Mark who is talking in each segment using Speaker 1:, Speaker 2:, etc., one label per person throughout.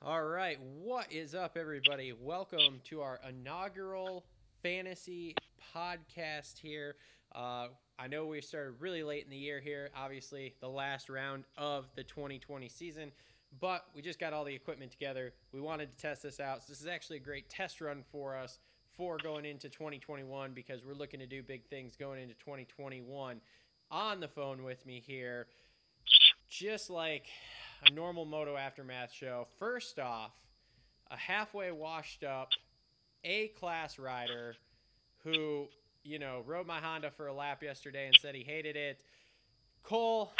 Speaker 1: All right, what is up, everybody? Welcome to our inaugural fantasy podcast here. Uh, I know we started really late in the year here, obviously, the last round of the 2020 season, but we just got all the equipment together. We wanted to test this out. So, this is actually a great test run for us for going into 2021 because we're looking to do big things going into 2021. On the phone with me here, just like a normal Moto Aftermath show. First off, a halfway washed up A class rider who, you know, rode my Honda for a lap yesterday and said he hated it. Cole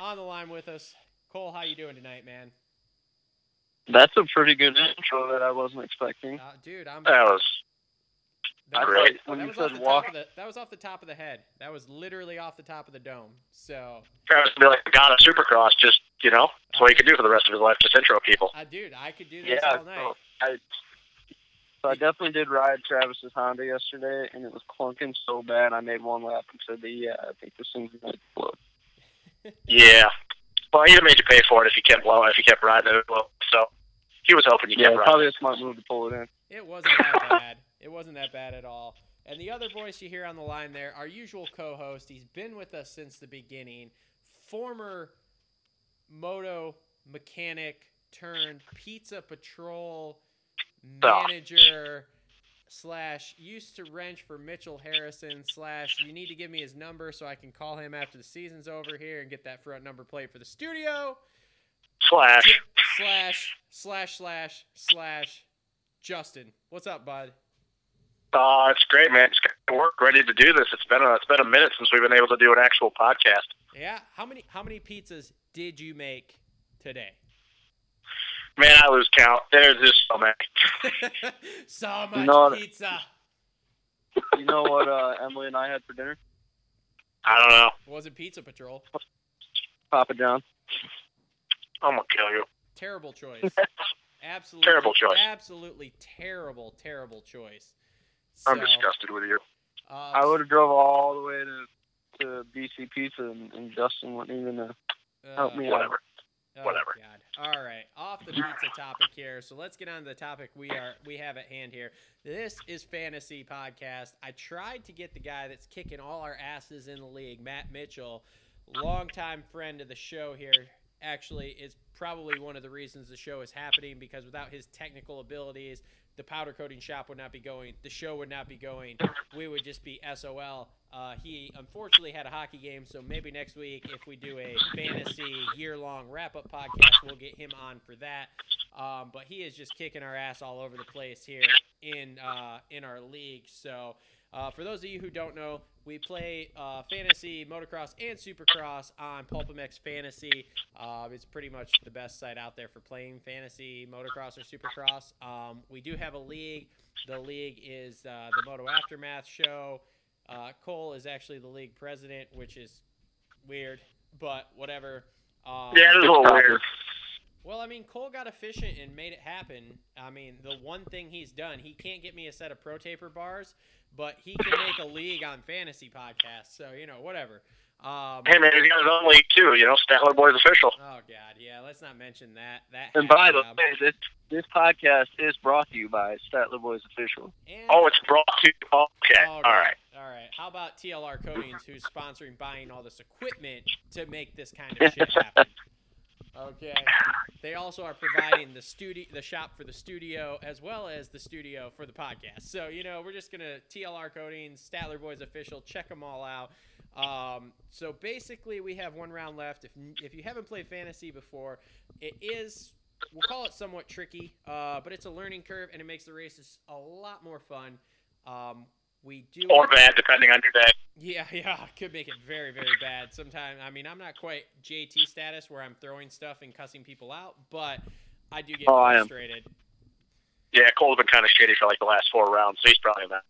Speaker 1: on the line with us. Cole, how you doing tonight, man?
Speaker 2: That's a pretty good intro that I wasn't expecting.
Speaker 1: Uh, dude, I'm
Speaker 3: That was
Speaker 1: that was,
Speaker 3: great.
Speaker 1: that
Speaker 2: When you
Speaker 1: was off
Speaker 2: said
Speaker 1: the
Speaker 2: walk-
Speaker 1: top of the that was off the top of the head. That was literally off the top of the dome. So
Speaker 3: Travis would be like the god of Supercross. Just you know, that's what he could do for the rest of his life. Just intro people.
Speaker 1: uh, dude, I could do this
Speaker 2: Yeah,
Speaker 1: all night.
Speaker 2: so I, so I definitely did ride Travis's Honda yesterday, and it was clunking so bad. I made one lap and said, "Yeah, I think this thing's gonna blow."
Speaker 3: Yeah. Well, he'd have made you pay for it if you kept blowing, if you kept riding it. Well, so he was hoping you
Speaker 2: Yeah,
Speaker 3: kept riding.
Speaker 2: probably a smart move to pull it in.
Speaker 1: It wasn't that bad. It wasn't that bad at all. And the other voice you hear on the line there, our usual co-host, he's been with us since the beginning, former moto mechanic turned pizza patrol manager slash used to wrench for Mitchell Harrison slash you need to give me his number so I can call him after the season's over here and get that front number plate for the studio
Speaker 3: Slash.
Speaker 1: slash slash slash slash Justin. What's up, bud?
Speaker 3: Oh, it's great, man. It's got work ready to do this. It's been a, it's been a minute since we've been able to do an actual podcast.
Speaker 1: Yeah. How many how many pizzas did you make today?
Speaker 3: Man, I lose count. There's oh, just so many.
Speaker 1: so much
Speaker 2: Not-
Speaker 1: pizza.
Speaker 2: You know what uh, Emily and I had for dinner?
Speaker 3: I don't know.
Speaker 1: Was it Pizza Patrol?
Speaker 2: Papa John.
Speaker 3: I'm gonna kill you.
Speaker 1: Terrible choice. Absolutely
Speaker 3: Terrible choice.
Speaker 1: Absolutely terrible, terrible choice.
Speaker 3: I'm
Speaker 1: So,
Speaker 3: disgusted with you.
Speaker 1: uh,
Speaker 2: I would have drove all the way to to BC Pizza, and, and Justin wouldn't even uh,
Speaker 1: uh,
Speaker 2: help me out.
Speaker 3: Whatever.
Speaker 1: Oh,
Speaker 3: Whatever.
Speaker 1: God. All right, off the pizza topic here. So let's get on to the topic we are we have at hand here. This is fantasy podcast. I tried to get the guy that's kicking all our asses in the league, Matt Mitchell, longtime friend of the show here. Actually, is probably one of the reasons the show is happening because without his technical abilities, the powder coating shop would not be going, the show would not be going. We would just be SOL. Uh, he unfortunately had a hockey game, so maybe next week, if we do a fantasy year long wrap up podcast, we'll get him on for that. Um, but he is just kicking our ass all over the place here in uh, in our league. So uh, for those of you who don't know, we play uh, fantasy, motocross, and supercross on Pulpamex Fantasy. Uh, it's pretty much the best site out there for playing fantasy, motocross, or supercross. Um, we do have a league. The league is uh, the Moto Aftermath Show. Uh, Cole is actually the league president, which is weird, but whatever. Um,
Speaker 3: Yeah, it is a little weird.
Speaker 1: well, I mean, Cole got efficient and made it happen. I mean, the one thing he's done, he can't get me a set of Pro Taper bars, but he can make a league on fantasy podcasts. So you know, whatever. Um,
Speaker 3: Hey, man, he's got his own league too. You know, Statler Boys official.
Speaker 1: oh God, yeah. Let's not mention that. That.
Speaker 2: And by the
Speaker 1: happened,
Speaker 2: way, this this podcast is brought to you by Statler Boys Official.
Speaker 1: um, and-
Speaker 3: Oh, it's brought to. Okay, all
Speaker 1: Oh, God.
Speaker 3: right.
Speaker 1: All right. How about TLR Coatings, who's sponsoring buying all this equipment to make this kind of shit happen? Okay. They also are providing the studio, the shop for the studio, as well as the studio for the podcast. So you know, we're just gonna TLR Coatings, Statler Boys official. Check them all out. Um, so basically, we have one round left. If if you haven't played fantasy before, it is we'll call it somewhat tricky, uh, but it's a learning curve, and it makes the races a lot more fun. Um, we do
Speaker 3: Or bad, depending on your day.
Speaker 1: yeah, yeah, it could make it very, very bad. Sometimes, I mean, I'm not quite JT status where I'm throwing stuff and cussing people out, but I do get
Speaker 2: Oh, I am.
Speaker 1: frustrated.
Speaker 3: Yeah, Cole's been kind of shitty for like the last four rounds, so he's probably not.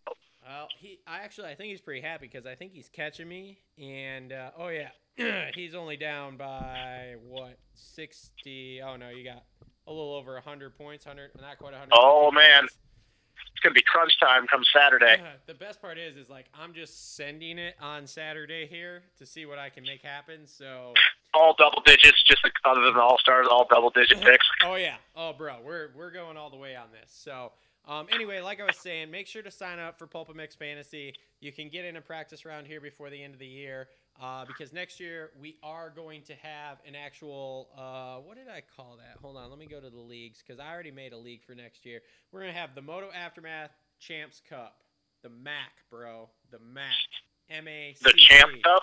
Speaker 1: Well, he, I actually, I think he's pretty happy because I think he's catching me, and uh, oh yeah, he's only down by what sixty? Oh no, you got a little over hundred points, hundred, not quite hundred.
Speaker 3: Oh, man. It's gonna be crunch time come Saturday.
Speaker 1: the best part is, is like I'm just sending it on Saturday here to see what I can make happen. So
Speaker 3: all double digits, just like, other than all stars, all double digit picks.
Speaker 1: Oh yeah. Oh bro, we're we're going all the way on this. So um, anyway, like I was saying, make sure to sign up for Pulp Mix Fantasy. You can get in a practice round here before the end of the year uh, because next year we are going to have an actual. Uh, what did I call that? Hold on, let me go to the leagues because I already made a league for next year. We're gonna have the Moto Aftermath Champs Cup, the MAC, bro, the MAC, M A C C.
Speaker 3: The Champ Cup.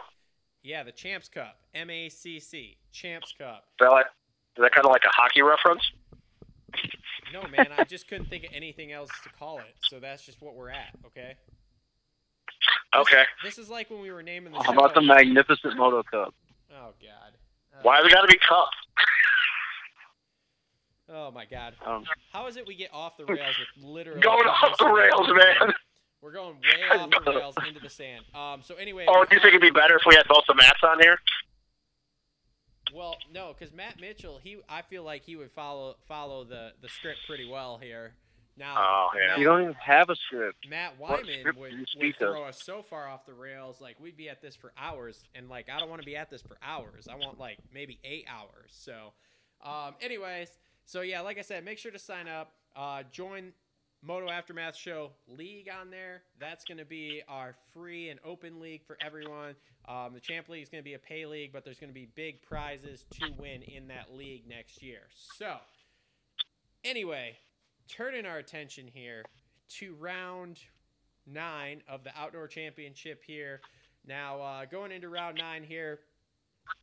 Speaker 1: Yeah, the Champs Cup, M A C C, Champs Cup.
Speaker 3: Is that, like, is that kind of like a hockey reference?
Speaker 1: No, man, I just couldn't think of anything else to call it, so that's just what we're at. Okay.
Speaker 3: Okay.
Speaker 1: This is like when we were naming the.
Speaker 2: How about
Speaker 1: show.
Speaker 2: the Magnificent Moto Cup?
Speaker 1: Oh God. Uh,
Speaker 3: Why has it got to be Cup?
Speaker 1: Oh my God.
Speaker 2: Um,
Speaker 1: How is it we get off the rails with literally
Speaker 3: Going off the rails, man.
Speaker 1: We're going way off the rails into the sand. Um. So anyway.
Speaker 3: Or do Oh, you think it'd be better if we had both the mats on here?
Speaker 1: Well, no, because Matt Mitchell, he I feel like he would follow follow the the script pretty well here. Now.
Speaker 3: Oh, yeah.
Speaker 2: you don't even have a script.
Speaker 1: Matt
Speaker 2: What
Speaker 1: Wyman
Speaker 2: script
Speaker 1: would,
Speaker 2: do you
Speaker 1: would
Speaker 2: speak of?
Speaker 1: throw us so far off the rails, like we'd be at this for hours, and like I don't want to be at this for hours. I want like maybe eight hours. So, um, anyways, so yeah, like I said, make sure to sign up, uh, join Moto Aftermath Show League on there. That's going to be our free and open league for everyone. Um, the Champ League is going to be a pay league, but there's going to be big prizes to win in that league next year. So, anyway, turning our attention here to round nine of the outdoor championship here. Now, uh, going into round nine here,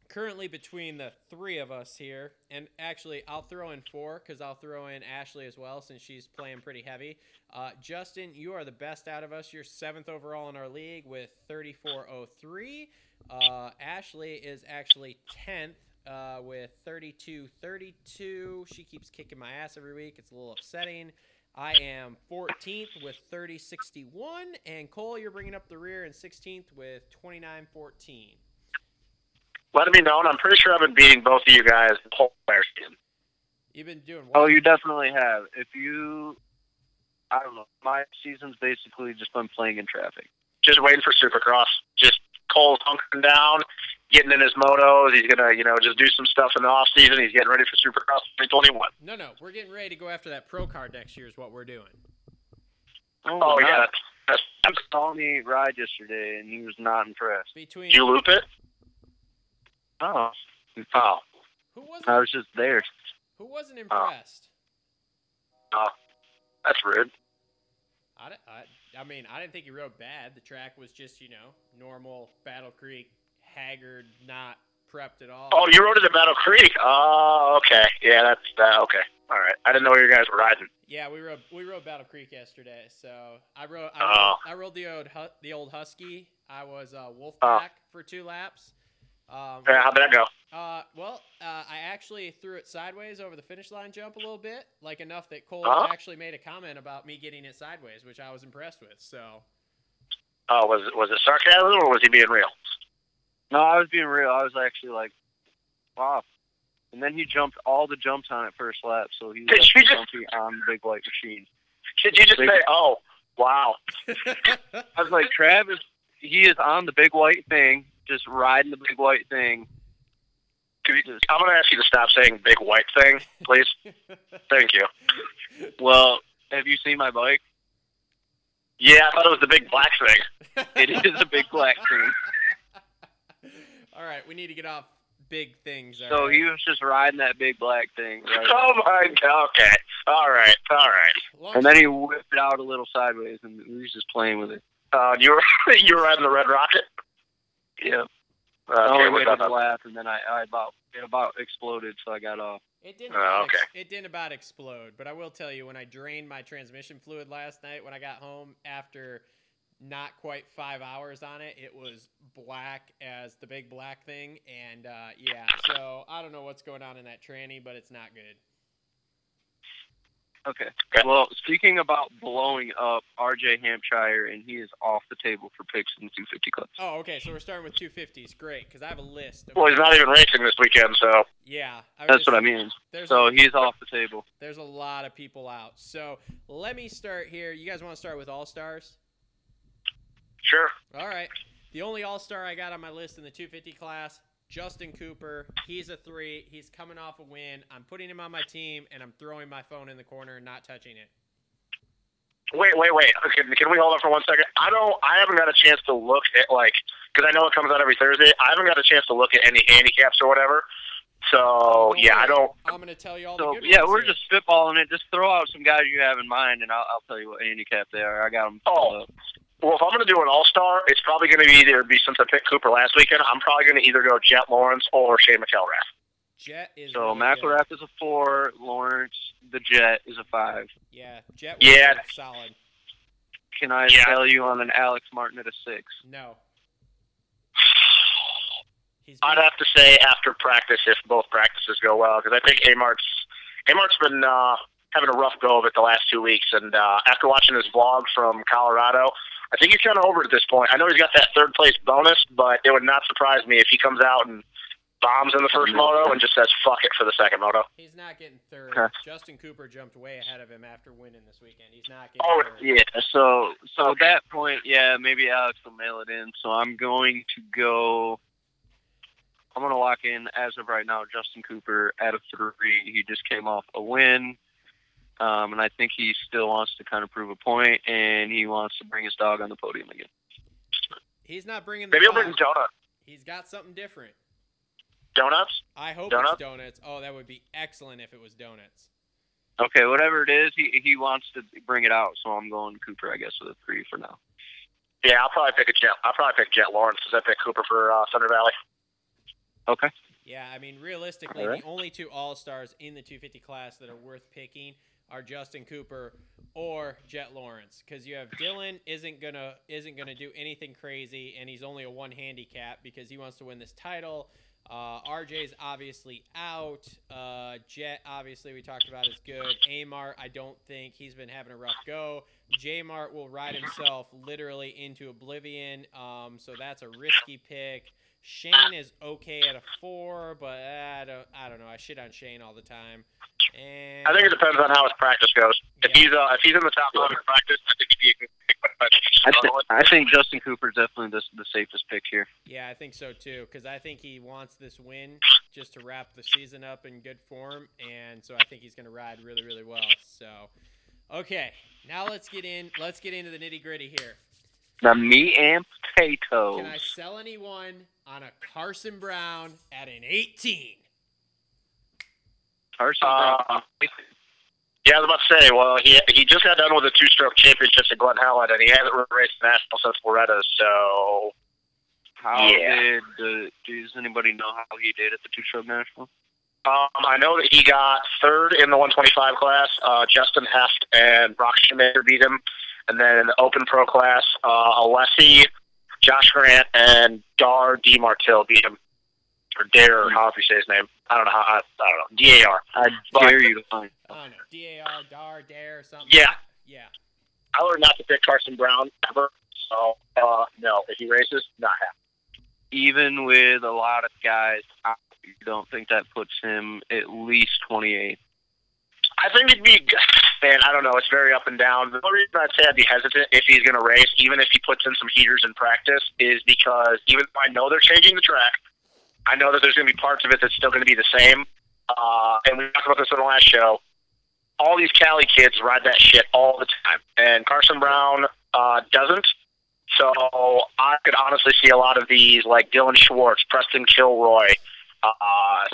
Speaker 1: currently between the three of us here, and actually I'll throw in four because I'll throw in Ashley as well since she's playing pretty heavy. Uh, Justin, you are the best out of us. You're seventh overall in our league with 34.03. Uh, Ashley is actually 10th. Uh, with 32 32 she keeps kicking my ass every week it's a little upsetting I am 14th with 3061, and Cole, you're bringing up the rear in 16th with 2914.
Speaker 3: Let me know, and I'm pretty sure I've been beating both of you guys the whole entire season.
Speaker 1: You've been doing well.
Speaker 2: Oh, you definitely have. If you, I don't know. My season's basically just been playing in traffic.
Speaker 3: Just waiting for Supercross. Just Cole's hunkering down, getting in his motos. He's gonna, you know, just do some stuff in the off season. He's getting ready for Supercross 2021.
Speaker 1: No, no, we're getting ready to go after that pro card next year. Is what we're doing.
Speaker 2: Oh,
Speaker 3: Oh
Speaker 2: wow.
Speaker 3: yeah, that's,
Speaker 2: He
Speaker 3: that's,
Speaker 2: saw me ride yesterday, and he was not impressed.
Speaker 1: Between
Speaker 3: did you loop it?
Speaker 2: Oh,
Speaker 3: Oh,
Speaker 1: who wasn't
Speaker 2: I was just there.
Speaker 1: who wasn't impressed?
Speaker 3: that's rude.
Speaker 1: I, di- I, I mean, I didn't think he rode bad. The track was just you know normal Battle Creek, haggard, not prepped at all.
Speaker 3: Oh, you rode it at Battle Creek. Oh, okay. Yeah, that's uh, okay. All right. I didn't know where you guys were riding.
Speaker 1: Yeah, we rode we rode Battle Creek yesterday. So I rode I rode,
Speaker 3: Oh.
Speaker 1: I rode the old hu- the old Husky. I was uh, Wolfpack
Speaker 2: Oh.
Speaker 1: for two laps. Um,
Speaker 3: Yeah, how'd that go?
Speaker 1: Uh, well, uh, I actually threw it sideways over the finish line jump a little bit, like enough that Cole
Speaker 3: Uh-huh.
Speaker 1: actually made a comment about me getting it sideways, which I was impressed with. So
Speaker 3: Oh, was it- was it sarcasm or was he being real?
Speaker 2: No, I was being real. I was actually like, wow. And then he jumped all the jumps on it first lap, so he was
Speaker 3: Did you
Speaker 2: like,
Speaker 3: just-
Speaker 2: jumpy on the big white machine.
Speaker 3: Did you just say, "Oh, wow"?
Speaker 2: I was like, Travis, he is on the big white thing, just riding the big white thing. Just-
Speaker 3: I'm gonna ask you to stop saying "big white thing," please. Thank you.
Speaker 2: well, have you seen my bike?
Speaker 3: Yeah, I thought it was the big black thing.
Speaker 2: It is a big black thing.
Speaker 1: All right, we need to get off big things. all
Speaker 2: So
Speaker 1: right?
Speaker 2: he was just riding that big black thing, right?
Speaker 3: Oh my god. Okay. All right. All right.
Speaker 1: Long
Speaker 2: And then he whipped it out a little sideways, and he was just playing with it.
Speaker 3: Uh, you were you were riding the red rocket?
Speaker 2: Yeah. I
Speaker 3: Uh, okay,
Speaker 2: only
Speaker 3: what's
Speaker 2: made
Speaker 3: up?
Speaker 2: him laugh, and then I, I about it about exploded, so I got off.
Speaker 1: It didn't.
Speaker 3: Oh,
Speaker 1: about ex-
Speaker 3: okay.
Speaker 1: it didn't about explode, but I will tell you when I drained my transmission fluid last night when I got home after not quite five hours on it, it was black as the big black thing, and uh, yeah. So I don't know what's going on in that tranny, but it's not good.
Speaker 2: Okay.
Speaker 3: Okay.
Speaker 2: Well, speaking about blowing up RJ Hampshire, and he is off the table for picks in 250 clubs.
Speaker 1: Oh, okay. So we're starting with two fifties. Great, because I have a list. Of,
Speaker 3: Well, he's not even racing this weekend, so
Speaker 1: yeah, I
Speaker 2: That's
Speaker 1: was-
Speaker 2: what I mean.
Speaker 1: There's
Speaker 2: So
Speaker 1: a,
Speaker 2: he's off the table.
Speaker 1: there's a lot of people out. So let me start here. You guys want to start with all stars?
Speaker 3: sure.
Speaker 1: All right. The only All Star I got on my list in the 250 class, Justin Cooper, he's a three. He's coming off a win. I'm putting him on my team, and I'm throwing my phone in the corner and not touching it.
Speaker 3: Wait, wait, wait. Okay, can we hold on for one second? I don't. I haven't got a chance to look at like because I know it comes out every Thursday. I haven't got a chance to look at any handicaps or whatever. So yeah, I don't.
Speaker 1: I'm gonna tell you all
Speaker 2: So
Speaker 1: Oh, the good
Speaker 2: yeah,
Speaker 1: ones
Speaker 2: we're
Speaker 1: here.
Speaker 2: just spitballing it. Just throw out some guys you have in mind, and I'll, I'll tell you what handicap they are. I got them.
Speaker 3: Oh. Well, if I'm going to do an All Star, it's probably going to be either be since I picked Cooper last weekend. I'm probably going to either go Jet Lawrence or Shane McElrath.
Speaker 1: Jet is
Speaker 2: So
Speaker 1: really good.
Speaker 2: McElrath is a four. Lawrence, the Jet, is a five.
Speaker 1: Yeah, Jet.
Speaker 3: Yeah.
Speaker 1: was solid.
Speaker 2: Can I
Speaker 3: Yeah.
Speaker 2: sell you on an Alex Martin at a six?
Speaker 1: No, he's
Speaker 3: I'd
Speaker 1: been-
Speaker 3: have to say after practice if both practices go well because I think Amart's Amart's been uh, having a rough go of it the last two weeks, and uh, after watching his vlog from Colorado, I think he's kind of over at this point. I know he's got that third place bonus, but it would not surprise me if he comes out and bombs in the first moto and just says "fuck it" for the second moto.
Speaker 1: he's not getting third.
Speaker 2: Okay.
Speaker 1: Justin Cooper jumped way ahead of him after winning this weekend. He's not getting
Speaker 3: Oh
Speaker 1: third.
Speaker 3: yeah,
Speaker 2: So so at that point, yeah, maybe Alex will mail it in. So I'm going to go. I'm going to lock in as of right now. Justin Cooper at a three. He just came off a win, um, and I think he still wants to kind of prove a point, and he wants to bring his dog on the podium again.
Speaker 1: He's not bringing the.
Speaker 3: maybe I'll
Speaker 1: dog.
Speaker 3: bring donut
Speaker 1: He's got something different.
Speaker 3: donuts.
Speaker 1: I hope
Speaker 3: Donuts?
Speaker 1: it's donuts. Oh, that would be excellent if it was donuts.
Speaker 2: Okay, whatever it is, he he wants to bring it out. So I'm going Cooper, I guess, with a three for now.
Speaker 3: Yeah, I'll probably pick a Jet. I'll probably pick Jet Lawrence because I picked Cooper for uh, Thunder Valley.
Speaker 2: Okay.
Speaker 1: Yeah, I mean, realistically,
Speaker 2: Alright.
Speaker 1: the only two All Stars in the 250 class that are worth picking are Justin Cooper or Jet Lawrence, because you have Dylan isn't gonna isn't gonna do anything crazy, and he's only a one handicap because he wants to win this title. Uh, RJ's obviously out. Uh, Jet, obviously, we talked about is good. Amart, I don't think he's been having a rough go. J Mart will ride himself literally into oblivion. Um, so that's a risky pick. Shane is okay at a four, but uh, I don't, I don't know. I shit on Shane all the time. And
Speaker 3: I think it depends on how his practice goes. If
Speaker 1: Yeah.
Speaker 3: he's uh, if he's in the top five in practice, I think he'd be a good pick. But but if he's
Speaker 2: I, thi-
Speaker 3: struggling,
Speaker 2: I think Justin Cooper's definitely the, the safest pick here.
Speaker 1: Yeah, I think so too, because I think he wants this win just to wrap the season up in good form, and so I think he's going to ride really, really well. So, okay, now let's get in. Let's get into the nitty gritty here.
Speaker 2: The meat and
Speaker 1: Can
Speaker 2: potatoes.
Speaker 1: I sell anyone on a Carson Brown at an 18?
Speaker 2: Carson Brown.
Speaker 3: uh, yeah, I was about to say. Well, he he just got done with the two-stroke championships at Glen Helen, and he hasn't raced national since Loretta. So
Speaker 2: How
Speaker 3: Yeah.
Speaker 2: did the, does anybody know how he did at the two stroke national?
Speaker 3: um, I know that he got third in the 125 class. Uh, Justin Heft and Brock Schumacher beat him, and then in the Open Pro class, uh, Alessi, Josh Grant, and Dar DeMartil beat him. Or Dare, or however you say his name. I don't know how. I, I don't know. D A R.
Speaker 2: I
Speaker 3: But-
Speaker 2: dare you to find.
Speaker 1: I don't know. D A R, DAR, DARE, something.
Speaker 3: Yeah.
Speaker 1: Yeah.
Speaker 3: I learned not to pick Carson Brown ever. So uh, no, if he races, not happy.
Speaker 2: Even with a lot of guys, I don't think that puts him at least 28.
Speaker 3: I think it'd be man. I don't know. It's very up and down. The only reason I'd say I'd be hesitant if he's going to race, even if he puts in some heaters in practice, is because even though I know they're changing the track, I know that there's going to be parts of it that's still going to be the same. Uh, and we talked about this on the last show. All these Cali kids ride that shit all the time, and Carson Brown uh, doesn't. So I could honestly see a lot of these, like Dylan Schwartz, Preston Kilroy, uh,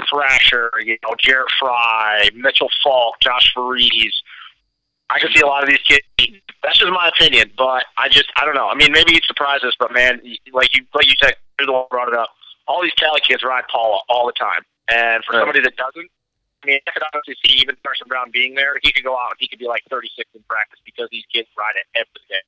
Speaker 3: Thrasher, you know, Jarrett Fry, Mitchell Falk, Josh Verides. I could see a lot of these kids. That's just my opinion, but I just I don't know. I mean, maybe you'd surprise us, but man, y- like you like you said, you're the one who brought it up. All these Cali kids ride Paula all the time, and for
Speaker 2: Right.
Speaker 3: somebody that doesn't, I mean, I could honestly see even Carson Brown being there. He could go out and he could be like 36 in practice because these kids ride it every day.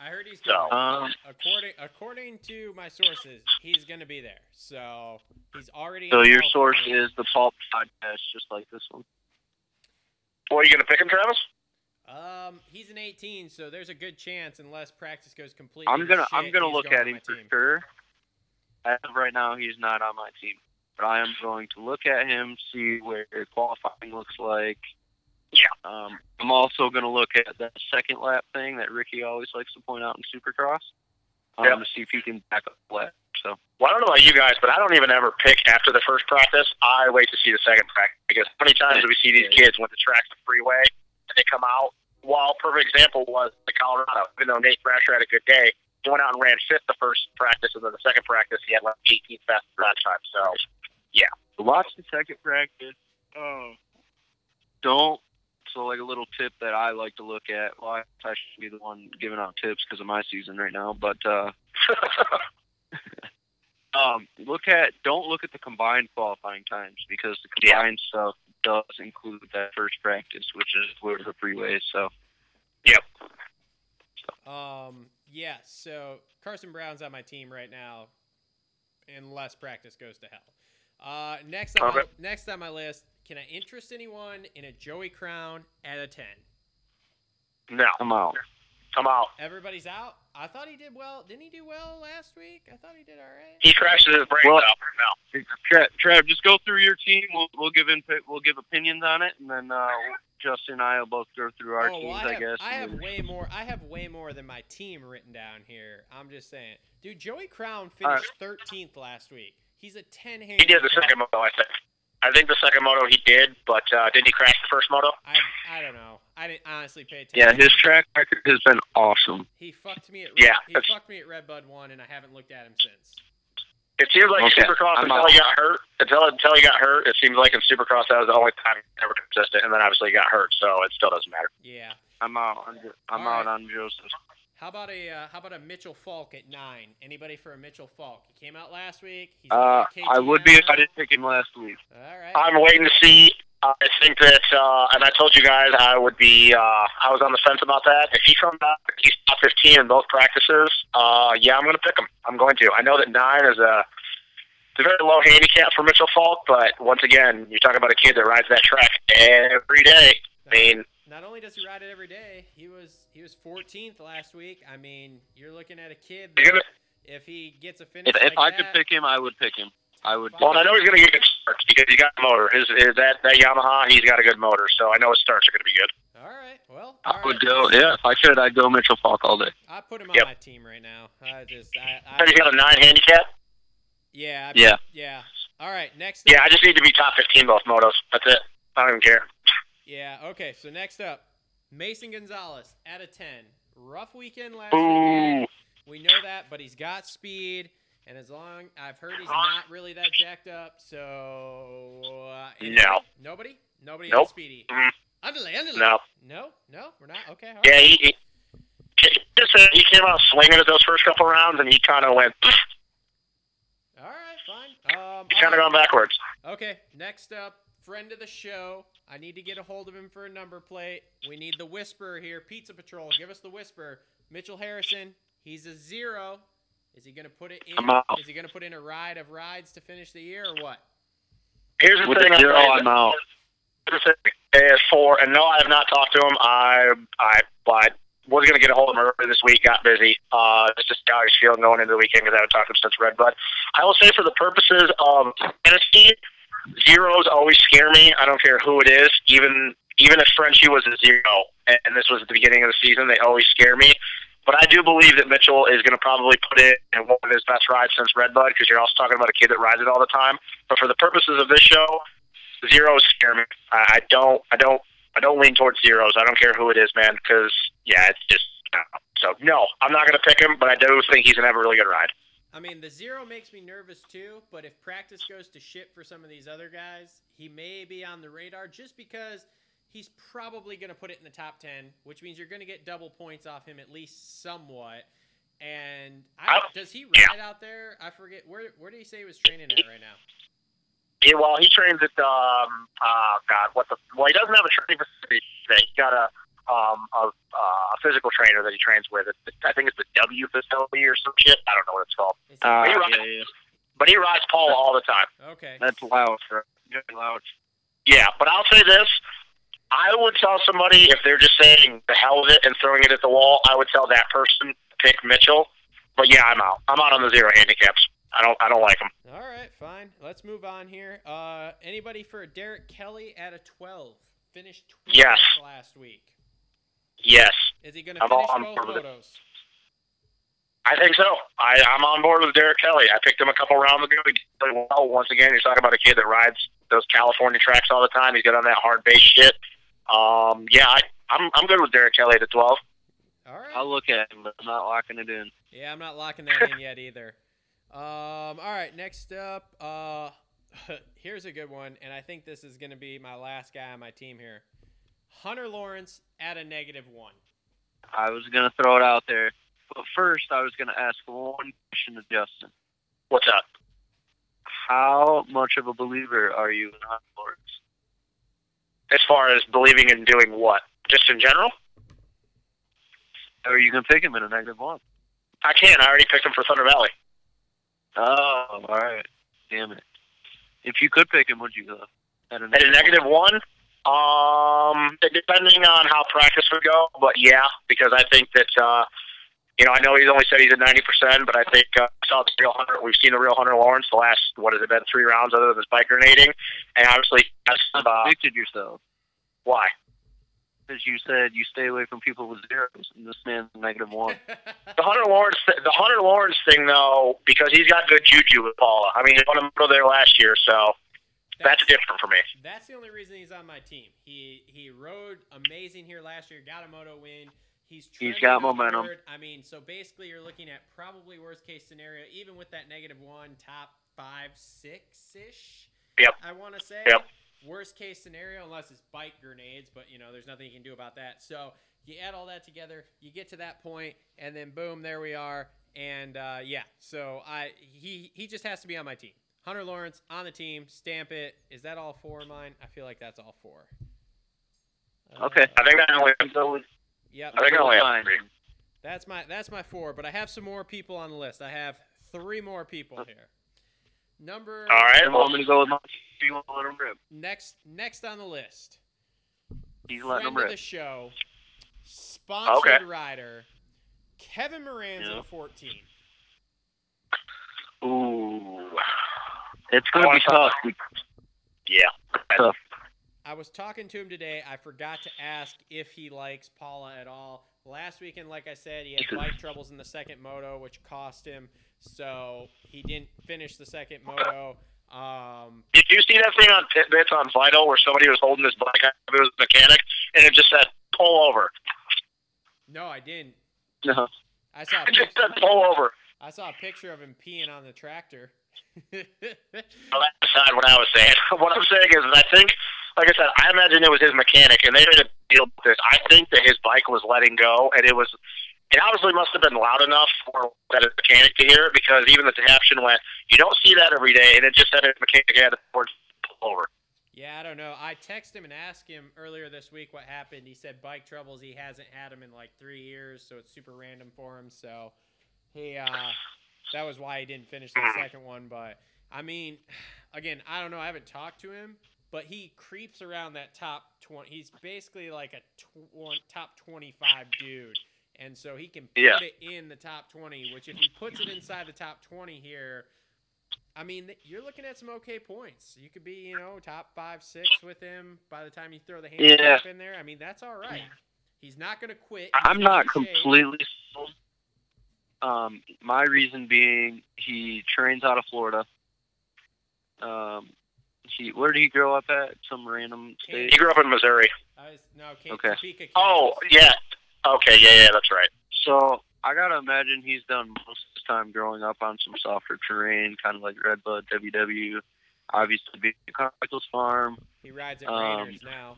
Speaker 1: I heard he's
Speaker 3: So,
Speaker 1: going.
Speaker 2: Um,
Speaker 1: according according to my sources, he's going to be there. So he's already.
Speaker 2: so
Speaker 1: in
Speaker 2: your source
Speaker 1: California.
Speaker 2: is the Paul podcast, just like this one.
Speaker 3: Boy, you gonna pick him, Travis?
Speaker 1: Um, he's an 18, so there's a good chance, unless practice goes completely.
Speaker 2: I'm
Speaker 1: to
Speaker 2: gonna
Speaker 1: shit,
Speaker 2: I'm gonna
Speaker 1: he's
Speaker 2: look
Speaker 1: going
Speaker 2: at
Speaker 1: on
Speaker 2: him
Speaker 1: my
Speaker 2: for
Speaker 1: team.
Speaker 2: sure. As of right now, he's not on my team, but I am going to look at him, see where qualifying looks like.
Speaker 3: Yeah.
Speaker 2: Um, I'm also gonna look at that second lap thing that Ricky always likes to point out in Supercross. um,
Speaker 3: Yep.
Speaker 2: to see if he can back up left. So
Speaker 3: Well, I don't know about you guys, but I don't even ever pick after the first practice. I wait to see the second practice because how many times do we see these kids when the track's the freeway and they come out? Well, perfect example was the Colorado. Even though Nate Thrasher had a good day, he went out and ran fifth the first practice, and then the second practice he had like 18 fast that time. So
Speaker 2: watch the second practice. Um, don't. So like a little tip that I like to look at. Well, I, I should be the one giving out tips because of my season right now. But uh, um, look at don't look at the combined qualifying times because the
Speaker 3: Yeah.
Speaker 2: combined stuff does include that first practice, which is where the freeway is. So
Speaker 1: Um, yeah, so Carson Brown's on my team right now, unless practice goes to hell. Uh, next on my,
Speaker 3: Okay.
Speaker 1: next on my list, can I interest anyone in a Joey Crown at a ten?
Speaker 3: no,
Speaker 2: I'm out.
Speaker 3: come out.
Speaker 1: Everybody's out. I thought he did well. Didn't he do well last week? I thought he did all right.
Speaker 3: He crashes his brakes
Speaker 2: Well-
Speaker 3: out. No,
Speaker 2: Trev, Trev, just go through your team. We'll, we'll give input. We'll give opinions on it, and then uh, Justin and I will both go through our
Speaker 1: oh, well,
Speaker 2: teams.
Speaker 1: I, have,
Speaker 2: guess.
Speaker 1: I
Speaker 2: and
Speaker 1: have
Speaker 2: then-
Speaker 1: way more. I have way more than my team written down here. I'm just saying, dude. Joey Crown
Speaker 2: All right.
Speaker 1: finished 13th last week. He's a ten hand.
Speaker 3: he did the second moto. I think. I think the second moto he did, but uh, didn't he crash the first moto?
Speaker 1: I, I don't know. I didn't honestly pay attention.
Speaker 2: yeah, his track record has been awesome.
Speaker 1: He fucked me at
Speaker 3: Yeah,
Speaker 1: He
Speaker 3: that's-
Speaker 1: fucked me at Red Bud one, and I haven't looked at him since.
Speaker 3: It seems like
Speaker 2: Okay,
Speaker 3: Supercross
Speaker 2: I'm
Speaker 3: until
Speaker 2: out.
Speaker 3: he got hurt. Until until he got hurt, it seems like in Supercross that was the only time he ever consistent, and then obviously he got hurt, so it still doesn't matter.
Speaker 1: Yeah.
Speaker 2: I'm out. I'm, I'm
Speaker 1: All
Speaker 2: out
Speaker 1: right.
Speaker 2: on Joseph.
Speaker 1: How about a uh, how about a Mitchell Falk at nine? Anybody for a Mitchell Falk? He came out last week. He's
Speaker 2: Uh,
Speaker 1: leading
Speaker 2: I
Speaker 1: KTM
Speaker 2: would be if
Speaker 1: now.
Speaker 2: I didn't pick him last week.
Speaker 1: All right.
Speaker 3: I'm waiting to see. Uh, I think that, uh, and I told you guys I would be. Uh, I was on the fence about that. If he comes out, if he's top 15 in both practices. Uh, yeah, I'm going to pick him. I'm going to. I know that nine is a. It's a very low handicap for Mitchell Falk, but once again, you're talking about a kid that rides that track every day. I mean,
Speaker 1: Not only does he ride it every day, he was he was 14th last week. I mean, you're looking at a kid.
Speaker 3: you're
Speaker 1: That
Speaker 3: gonna
Speaker 1: if he gets a finish,
Speaker 2: If, if I
Speaker 1: like
Speaker 2: could
Speaker 1: that-
Speaker 2: pick him, I would pick him. I would.
Speaker 1: Fuck.
Speaker 3: Well, and I know he's going to get good starts because he got a motor. His, his that that Yamaha, he's got a good motor, so I know his starts are going to be good.
Speaker 1: All right. Well, all
Speaker 2: I would
Speaker 1: right.
Speaker 2: go. Yeah, if I could, I'd go Mitchell Falk all day.
Speaker 1: I put him on
Speaker 3: Yep.
Speaker 1: my team right now. I just I,
Speaker 3: I he's
Speaker 1: I
Speaker 3: got a nine handicap.
Speaker 1: yeah I,
Speaker 2: Yeah.
Speaker 1: yeah. All right. Next.
Speaker 3: Yeah,
Speaker 1: up-
Speaker 3: I just need to be top fifteen both motos. That's it. I don't even care.
Speaker 1: Yeah. Okay. So next up, Mason Gonzalez at a ten. Rough weekend last
Speaker 3: Ooh,
Speaker 1: weekend. We know that, but he's got speed, and as long I've heard, he's not really that jacked up. So uh, anybody?
Speaker 3: No.
Speaker 1: nobody, nobody
Speaker 3: Nope.
Speaker 1: on speedy.
Speaker 3: Mm.
Speaker 1: Underlay, underlay.
Speaker 3: no.
Speaker 1: no, no, we're not. Okay. all right.
Speaker 3: Yeah, he, he he- just uh, he came out swinging at those first couple rounds, and he kind of went.
Speaker 1: All right. Fine. Um,
Speaker 3: He's
Speaker 1: all
Speaker 3: kind of
Speaker 1: right.
Speaker 3: gone backwards.
Speaker 1: Okay, next up, friend of the show. I need to get a hold of him for a number plate. We need the whisperer here. Pizza Patrol, give us the whisper. Mitchell Harrison, he's a zero. Is he gonna put it in?
Speaker 2: I'm out.
Speaker 1: Is he gonna put in a ride of rides to finish the year or what?
Speaker 3: Here's the
Speaker 2: With
Speaker 3: thing.
Speaker 2: a
Speaker 3: I'm
Speaker 2: zero,
Speaker 3: saying
Speaker 2: I'm out.
Speaker 3: this is for, and no, I have not talked to him. I, I, I was going to get a hold of him earlier this week, got busy. Uh, it's just how he's feeling going into the weekend because I haven't talked to him since Red Bud. I will say, for the purposes of fantasy, zeros always scare me. I don't care who it is, even even if Frenchie was a zero, and this was at the beginning of the season, they always scare me. But I do believe that Mitchell is going to probably put it in one of his best rides since Red Bud because you're also talking about a kid that rides it all the time. But for the purposes of this show, zeros scare me. I I don't, I don't, I don't lean towards zeros. I don't care who it is, man. Because yeah, it's just I don't know. so. No, I'm not gonna pick him, but I do think he's gonna have a really good ride.
Speaker 1: I mean, the zero makes me nervous too, but if practice goes to shit for some of these other guys, he may be on the radar just because he's probably going to put it in the top 10, which means you're going to get double points off him at least somewhat. And I,
Speaker 3: I-
Speaker 1: does he ride
Speaker 3: Oh. yeah.
Speaker 1: out there? I forget. Where where did he say he was training at right now?
Speaker 3: Yeah, well, he trains at um, uh, God, what the? Well, he doesn't have a training facility. Today. He's got a um, a, uh, a physical trainer that he trains with. It's, I think it's the W facility or some shit. I don't know what it's called.
Speaker 1: Is
Speaker 2: Uh,
Speaker 1: he,
Speaker 3: Are you
Speaker 2: yeah, yeah.
Speaker 3: But he rides Paul all the time.
Speaker 1: okay.
Speaker 2: That's Louch. right? Jerry Louch.
Speaker 3: Yeah, but I'll say this. I would tell somebody if they're just saying the hell with it and throwing it at the wall, I would tell that person pick Mitchell. But yeah, I'm out. I'm out on the zero handicaps. I don't I don't like him.
Speaker 1: All right, fine. Let's move on here. Uh, anybody for Derek Kelly at a 12? Finished 12th
Speaker 3: Yes.
Speaker 1: last week.
Speaker 3: Yes.
Speaker 1: Is he going to
Speaker 3: I'm all
Speaker 1: finish
Speaker 3: on
Speaker 1: both
Speaker 3: board with it.
Speaker 1: motos?
Speaker 3: I think so. I, I'm on board with Derek Kelly. I picked him a couple rounds ago. He did well. Once again, you're talking about a kid that rides those California tracks all the time. He's good on that hard base shit. Um, yeah, I, I'm I'm good with Derek Kelly at the 12.
Speaker 1: All right.
Speaker 2: I'll look at him, but I'm not locking it in.
Speaker 1: Yeah, I'm not locking that in yet either. Um, all right, next up, uh, here's a good one, and I think this is going to be my last guy on my team here. Hunter Lawrence at a negative one.
Speaker 2: I was gonna throw it out there, but first I was gonna ask one question to Justin.
Speaker 3: What's up?
Speaker 2: How much of a believer are you in Hunter Lawrence?
Speaker 3: As far as believing in doing what? Just in general?
Speaker 2: Or you can pick him in a negative one.
Speaker 3: I can. I already picked him for Thunder Valley. Um,
Speaker 2: Oh, all right. Damn it. If you could pick him, would you go? At a
Speaker 3: At a negative one, um, depending on how practice would go, but yeah, because I think that uh, you know I know he's only said he's at ninety percent, but I think uh, we saw the real Hunter. We've seen the real Hunter Lawrence the last what has it been three rounds other than his bike grenading, and obviously that's
Speaker 2: You
Speaker 3: uh,
Speaker 2: Convicted yourself
Speaker 3: why.
Speaker 2: because you said you stay away from people with zeros, and this man's a negative one.
Speaker 3: The Hunter Lawrence, the Hunter Lawrence thing though, because he's got good juju with Paula. I mean, he won a medal there last year, so that's different for me.
Speaker 1: That's the only reason he's on my team. He he rode amazing here last year, got a moto win. He's trending
Speaker 2: got
Speaker 1: upward.
Speaker 2: momentum.
Speaker 1: I mean, so basically, you're looking at probably worst case scenario, even with that negative one, top five, six ish.
Speaker 3: Yep.
Speaker 1: I want to say.
Speaker 3: Yep.
Speaker 1: Worst case scenario, unless it's bike grenades, but you know, there's nothing you can do about that. So you add all that together, you get to that point, and then boom, there we are. And uh, yeah, so I he he just has to be on my team. Hunter Lawrence on the team. Stamp it. Is that all four of mine? I feel like that's all four.
Speaker 2: Okay.
Speaker 1: Uh,
Speaker 3: I think that only.
Speaker 2: So with
Speaker 1: yep.
Speaker 3: I think I only have
Speaker 2: Fine.
Speaker 3: three.
Speaker 1: That's my that's my four, but I have some more people on the list. I have three more people here. Number
Speaker 3: All right,
Speaker 2: I'm
Speaker 3: well,
Speaker 2: gonna go with my. You want to let him rip?
Speaker 1: next next on the list.
Speaker 2: He's
Speaker 1: friend
Speaker 2: letting him
Speaker 1: of
Speaker 2: rip.
Speaker 1: the show, sponsored rider, Kevin Moran's
Speaker 2: Yeah.
Speaker 1: at 14.
Speaker 3: ooh,
Speaker 2: It's gonna be tough.
Speaker 3: yeah.
Speaker 1: I was talking to him today. I forgot to ask if he likes Paula at all. Last weekend, like I said, he had bike troubles in the second moto, which cost him. So he didn't finish the second moto. Um,
Speaker 3: Did you see that thing on Pitbits on Vital where somebody was holding this bike? I think It was a mechanic, and it just said pull over.
Speaker 1: no, I didn't.
Speaker 2: No.
Speaker 1: I saw a
Speaker 3: It just
Speaker 1: picture,
Speaker 3: said pull over.
Speaker 1: I saw a picture of him peeing on the tractor.
Speaker 2: Oh,
Speaker 3: Now, That's not what I was saying. What I'm saying is, I think, like I said, I imagine it was his mechanic, and they made a deal with this. I think that his bike was letting go, and it was, it obviously must have been loud enough for that his mechanic to hear it because even the caption went, "You don't see that every day," and it just said his mechanic had the word pull over.
Speaker 1: Yeah, I don't know. I text him and asked him earlier this week what happened. He said bike troubles. He hasn't had them in like three years, so it's super random for him. So he uh, that was why he didn't finish the
Speaker 2: Mm-hmm.
Speaker 1: second one. But I mean, again, I don't know. I haven't talked to him, but he creeps around that top twenty. He's basically like a tw- one, top twenty-five dude, and so he can put
Speaker 3: Yeah.
Speaker 1: it in the top twenty. Which if he puts it inside the top twenty here. I mean, th- you're looking at some okay points. You could be, you know, top five, six with him by the time you throw the handicap in there. I mean, that's all right. He's not going to quit. He's
Speaker 2: I'm
Speaker 1: in
Speaker 2: not
Speaker 1: good shape.
Speaker 2: completely sold. Um, my reason being he trains out of Florida. Um, he where did he grow up at? Some random
Speaker 1: Kansas.
Speaker 2: state.
Speaker 3: He grew up in Missouri.
Speaker 1: I was, no, K-
Speaker 2: Okay.
Speaker 1: Topeka,
Speaker 3: Oh
Speaker 1: Kansas.
Speaker 3: yeah, okay, yeah, yeah, that's right.
Speaker 2: So I gotta imagine he's done most of his time growing up on some softer terrain, kind of like Redbud, WW, obviously being at Michael's farm.
Speaker 1: he rides at
Speaker 2: um,
Speaker 1: Raiders now.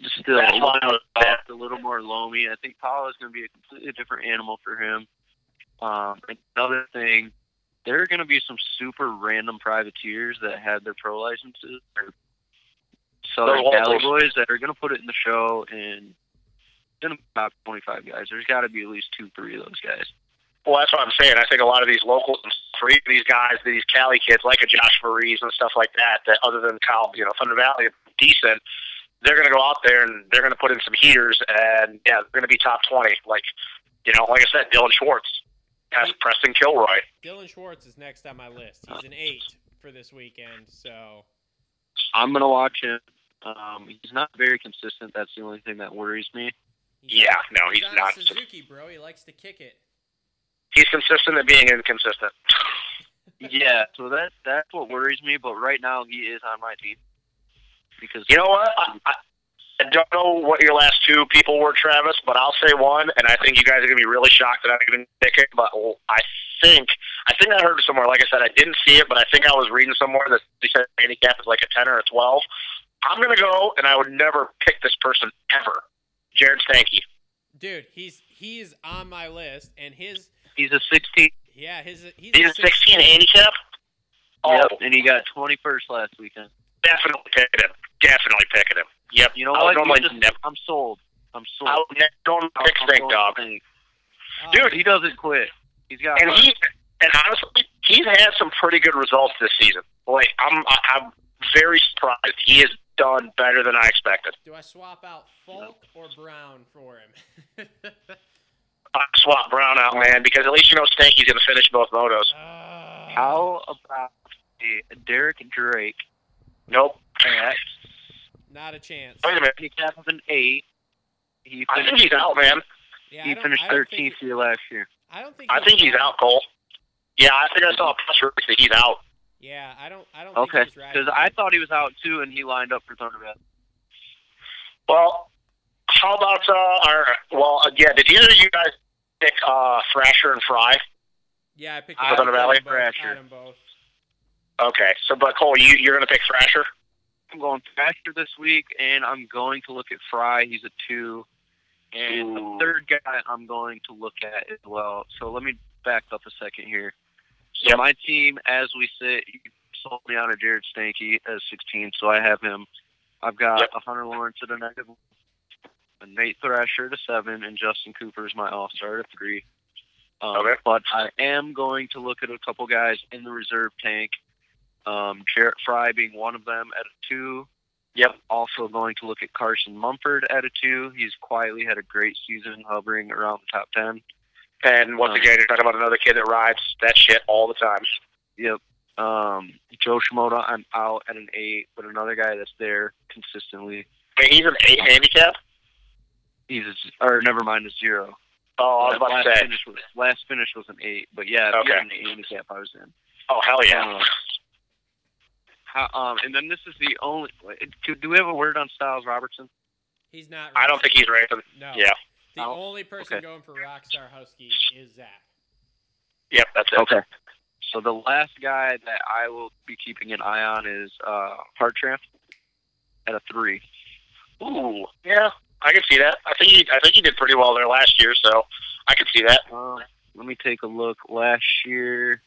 Speaker 2: Just still
Speaker 3: That's
Speaker 2: a little,
Speaker 3: why I was
Speaker 2: soft, a little more loamy. I think Paolo's going to be a completely different animal for him. Um, and another thing, there are going to be some super random privateers that had their pro licenses or Southern
Speaker 3: Those
Speaker 2: Cali
Speaker 3: locals.
Speaker 2: boys that are going to put it in the show and going to top 25 guys. There's got to be at least two, three of those guys.
Speaker 3: Well, that's what I'm saying. I think a lot of these locals, and stuff, or even these guys, these Cali kids, like a Josh Maries and stuff like that, that other than Cal, you know, Thunder Valley, decent, they're going to go out there and they're going to put in some heaters, and yeah, they're going to be top twenty. Like, you know, like I said, Dylan Schwartz, has Preston Kilroy.
Speaker 1: Dylan Schwartz is next on my list. He's an eight for this weekend. So,
Speaker 2: I'm going to watch him. Um, he's not very consistent. That's the only thing that worries me.
Speaker 1: he's
Speaker 3: Yeah,
Speaker 1: on-
Speaker 3: no, he's
Speaker 1: on a
Speaker 3: not.
Speaker 1: Suzuki, bro. He likes to kick it.
Speaker 3: He's consistent at being inconsistent.
Speaker 2: yeah, so that that's what worries me. But right now, he is on my team because
Speaker 3: You know what? I, I, I don't know what your last two people were, Travis, but I'll say one, and I think you guys are gonna be really shocked that I even pick it. But well, I think I think I heard it somewhere. Like I said, I didn't see it, but I think I was reading somewhere that they said handicap is like a ten or a twelve. I'm gonna go, and I would never pick this person ever. Jared Stanky.
Speaker 1: Dude, he's he's on my list, and his
Speaker 2: he's a 16.
Speaker 1: yeah his he's,
Speaker 3: He's a 16 handicap. Oh,
Speaker 2: Yep, and he got 21st last weekend.
Speaker 3: definitely picking him. Definitely picking him. Yep.
Speaker 2: You know
Speaker 3: I
Speaker 2: what?
Speaker 3: would normally
Speaker 2: You just-
Speaker 3: never.
Speaker 2: I'm sold. I'm sold.
Speaker 3: I would ne- don't
Speaker 2: I'm-
Speaker 3: pick
Speaker 2: I'm
Speaker 3: Stink
Speaker 2: sold
Speaker 3: Dog.
Speaker 2: on Stink.
Speaker 1: Oh,
Speaker 2: Dude, he doesn't quit. He's got.
Speaker 3: and he and honestly, he's had some pretty good results this season. Like I'm, I- I'm very surprised he has done better than I expected.
Speaker 1: do I swap out Falk or Brown for him?
Speaker 3: I swap Brown out, man, because at least you know Stanky's going to finish both motos.
Speaker 1: Uh,
Speaker 2: How about the Derek Drake
Speaker 3: Nope.
Speaker 2: at
Speaker 1: Not a chance.
Speaker 3: Wait a minute.
Speaker 2: handicap of an eight? He
Speaker 3: I think
Speaker 2: finished,
Speaker 3: he's out, man.
Speaker 1: Yeah, I
Speaker 2: he
Speaker 1: don't-
Speaker 2: finished
Speaker 1: I don't think
Speaker 2: 13th here last year.
Speaker 1: I don't think.
Speaker 3: I think he's out, Cole. Yeah, I think I saw a press release that he's out.
Speaker 1: Yeah, I don't. I don't.
Speaker 2: Okay,
Speaker 1: think he's riding.
Speaker 2: because I thought he was out too, and he lined up for Thunderbat.
Speaker 3: Well, how about uh, our? Well, uh, yeah. Did either of you guys pick uh, Thrasher and Fry?
Speaker 1: Yeah, I picked.
Speaker 2: I
Speaker 1: up
Speaker 3: thought
Speaker 1: on
Speaker 3: about
Speaker 1: them both.
Speaker 2: Crasher.
Speaker 1: I had them both.
Speaker 3: Okay. So, but Cole, you you're going to pick Thrasher.
Speaker 2: I'm going faster this week, and I'm going to look at Fry. He's a two, and the
Speaker 3: Ooh.
Speaker 2: third guy I'm going to look at as well. So let me back up a second here. So
Speaker 3: Yep.
Speaker 2: my team, as we sit, you sold me on a Jared Stanky as 16, so I have him. I've got
Speaker 3: Yep.
Speaker 2: a Hunter Lawrence at a negative, one, a Nate Thrasher to seven, and Justin Cooper is my all star at three. Um,
Speaker 3: Okay.
Speaker 2: But I am going to look at a couple guys in the reserve tank. Um, Jarrett Fry being one of them at a two.
Speaker 3: Yep.
Speaker 2: Also going to look at Carson Mumford at a two. He's quietly had a great season, hovering around the top ten.
Speaker 3: And once
Speaker 2: Um,
Speaker 3: again, you're talking about another kid that rides that shit all the time.
Speaker 2: Yep. Um, Joe Shimoda, I'm out at an eight, but another guy that's there consistently.
Speaker 3: I mean, he's an eight handicap.
Speaker 2: He's a, z- or never mind, a zero.
Speaker 3: Oh, I was about
Speaker 2: last
Speaker 3: to say.
Speaker 2: Finish was, last finish was an eight, but yeah, if he had
Speaker 3: Okay.
Speaker 2: an eight handicap I was in.
Speaker 3: Oh hell yeah.
Speaker 2: Um, how, um, and then this is the only. Do, do we have a word on Styles Robertson?
Speaker 1: He's not.
Speaker 3: I don't think he's racing.
Speaker 1: racing. No.
Speaker 3: Yeah.
Speaker 1: The
Speaker 2: I'll-
Speaker 1: only person
Speaker 2: okay.
Speaker 1: going for Rockstar Husky is Zach.
Speaker 3: Yep, that's it.
Speaker 2: So the last guy that I will be keeping an eye on is uh, Hartran at a three.
Speaker 3: Ooh, yeah, I can see that. I think he, I think he did pretty well there last year, so I can see that.
Speaker 2: Um, let me take a look. Last year,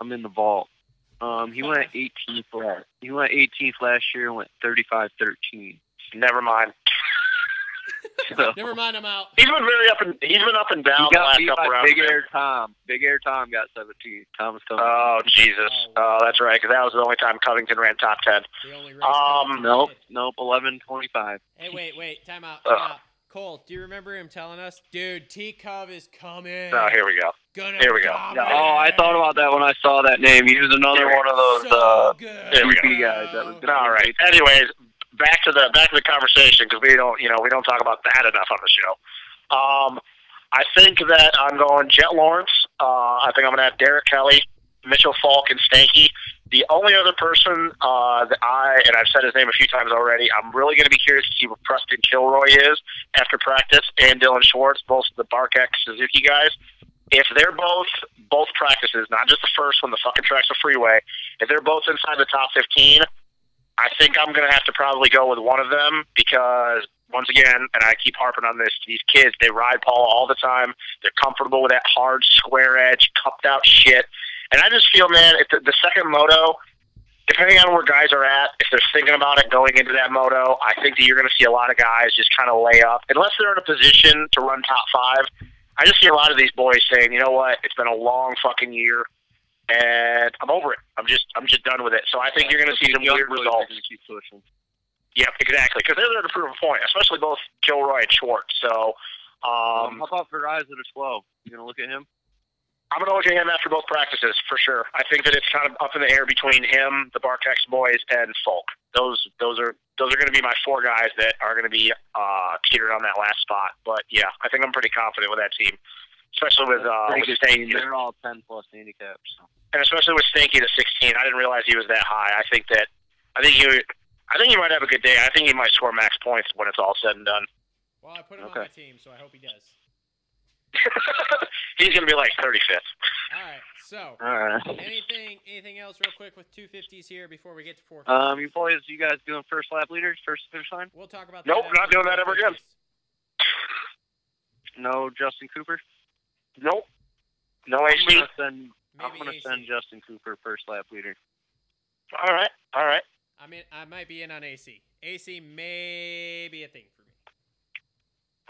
Speaker 2: I'm in the vault. Um, he went 18th last. He went 18th last year and went 35-13.
Speaker 3: Never mind. Oh.
Speaker 2: So
Speaker 1: Never mind. I'm out.
Speaker 3: He's been very up and he's been up and
Speaker 2: he
Speaker 3: down the
Speaker 2: got
Speaker 3: last
Speaker 2: beat
Speaker 3: couple
Speaker 2: by
Speaker 3: rounds.
Speaker 2: Big Air Tom. Big Air Tom got 17. Thomas Cummings.
Speaker 3: Oh Jesus! Oh, that's right, because that was the only time Covington ran top ten.
Speaker 1: The only race.
Speaker 3: Um,
Speaker 1: Covington
Speaker 2: nope,
Speaker 1: did.
Speaker 2: nope. 11-25.
Speaker 1: Hey, wait, wait. Time out.
Speaker 3: Ugh.
Speaker 1: Time out. Cole, do you remember him telling us, dude, T Cub is coming?
Speaker 3: Oh, here we go.
Speaker 1: Gonna
Speaker 3: here we go.
Speaker 2: Oh, I thought about that when I saw that name. He was another
Speaker 3: Yeah.
Speaker 2: one of those.
Speaker 1: so
Speaker 2: Uh,
Speaker 1: good.
Speaker 3: There we go.
Speaker 2: creepy guys that was gonna-
Speaker 3: All right. Anyways, back to the back to the conversation because we don't, you know, we don't talk about that enough on the show. Um, I think that I'm going Jet Lawrence. Uh, I think I'm going to have Derek Kelly, Mitchell Falk, and Stanky. The only other person uh, that I and I've said his name a few times already. I'm really going to be curious to see what Preston Kilroy is after practice, and Dylan Schwartz, both the Barkak Suzuki guys. If they're both both practices, not just the first one, the fucking tracks a freeway. If they're both inside the top 15, I think I'm going to have to probably go with one of them because, once again, and I keep harping on this, these kids, they ride Paul all the time. They're comfortable with that hard, square edge, cupped out shit. And I just feel, man, if the, the second moto, depending on where guys are at, if they're thinking about it going into that moto, I think that you're going to see a lot of guys just kind of lay up. Unless they're in a position to run top five, I just see a lot of these boys saying, you know what, it's been a long fucking year. And I'm over it. I'm just, I'm just done with it. So I think you're going to see some
Speaker 2: Young
Speaker 3: weird
Speaker 2: boys are
Speaker 3: results.
Speaker 2: gonna keep pushing.
Speaker 3: Yep, exactly. Because they're there to prove a point, especially both Kilroy and Schwartz. So
Speaker 2: Um,
Speaker 3: um,
Speaker 2: how about Verizon at twelve? You gonna look at him?
Speaker 3: I'm going to look at him after both practices for sure. I think that it's kind of up in the air between him, the Barkex boys, and Folk. Those those are those are going to be my four guys that are going to be uh, teetering on that last spot. But yeah, I think I'm pretty confident with that team, especially with uh,
Speaker 2: Pretty
Speaker 3: with
Speaker 2: good team.
Speaker 3: Stanky,
Speaker 2: They're all ten plus handicaps. So.
Speaker 3: and especially with Stanky to 16. I didn't realize he was that high. I think that I think you I think he might have a good day. I think he might score max points when it's all said and done.
Speaker 1: Well, I put him on
Speaker 2: Okay.
Speaker 1: my team, so I hope he does.
Speaker 3: He's going to be like 35th.
Speaker 1: All right. So,
Speaker 2: All right.
Speaker 1: anything anything else real quick with 250s here before we get to 450s?
Speaker 2: Um, you boys, you guys doing first lap leaders, first finish line?
Speaker 1: we'll talk about
Speaker 3: nope,
Speaker 1: that. after
Speaker 3: not doing that ever again.
Speaker 1: 450s.
Speaker 2: No, Justin Cooper.
Speaker 3: Nope. No
Speaker 2: I'm
Speaker 3: AC.
Speaker 2: gonna send. I'm
Speaker 1: Maybe
Speaker 2: gonna
Speaker 1: AC.
Speaker 2: send Justin Cooper first lap leader.
Speaker 3: All right. All right.
Speaker 1: I mean, I might be in on AC. AC may be a thing for me.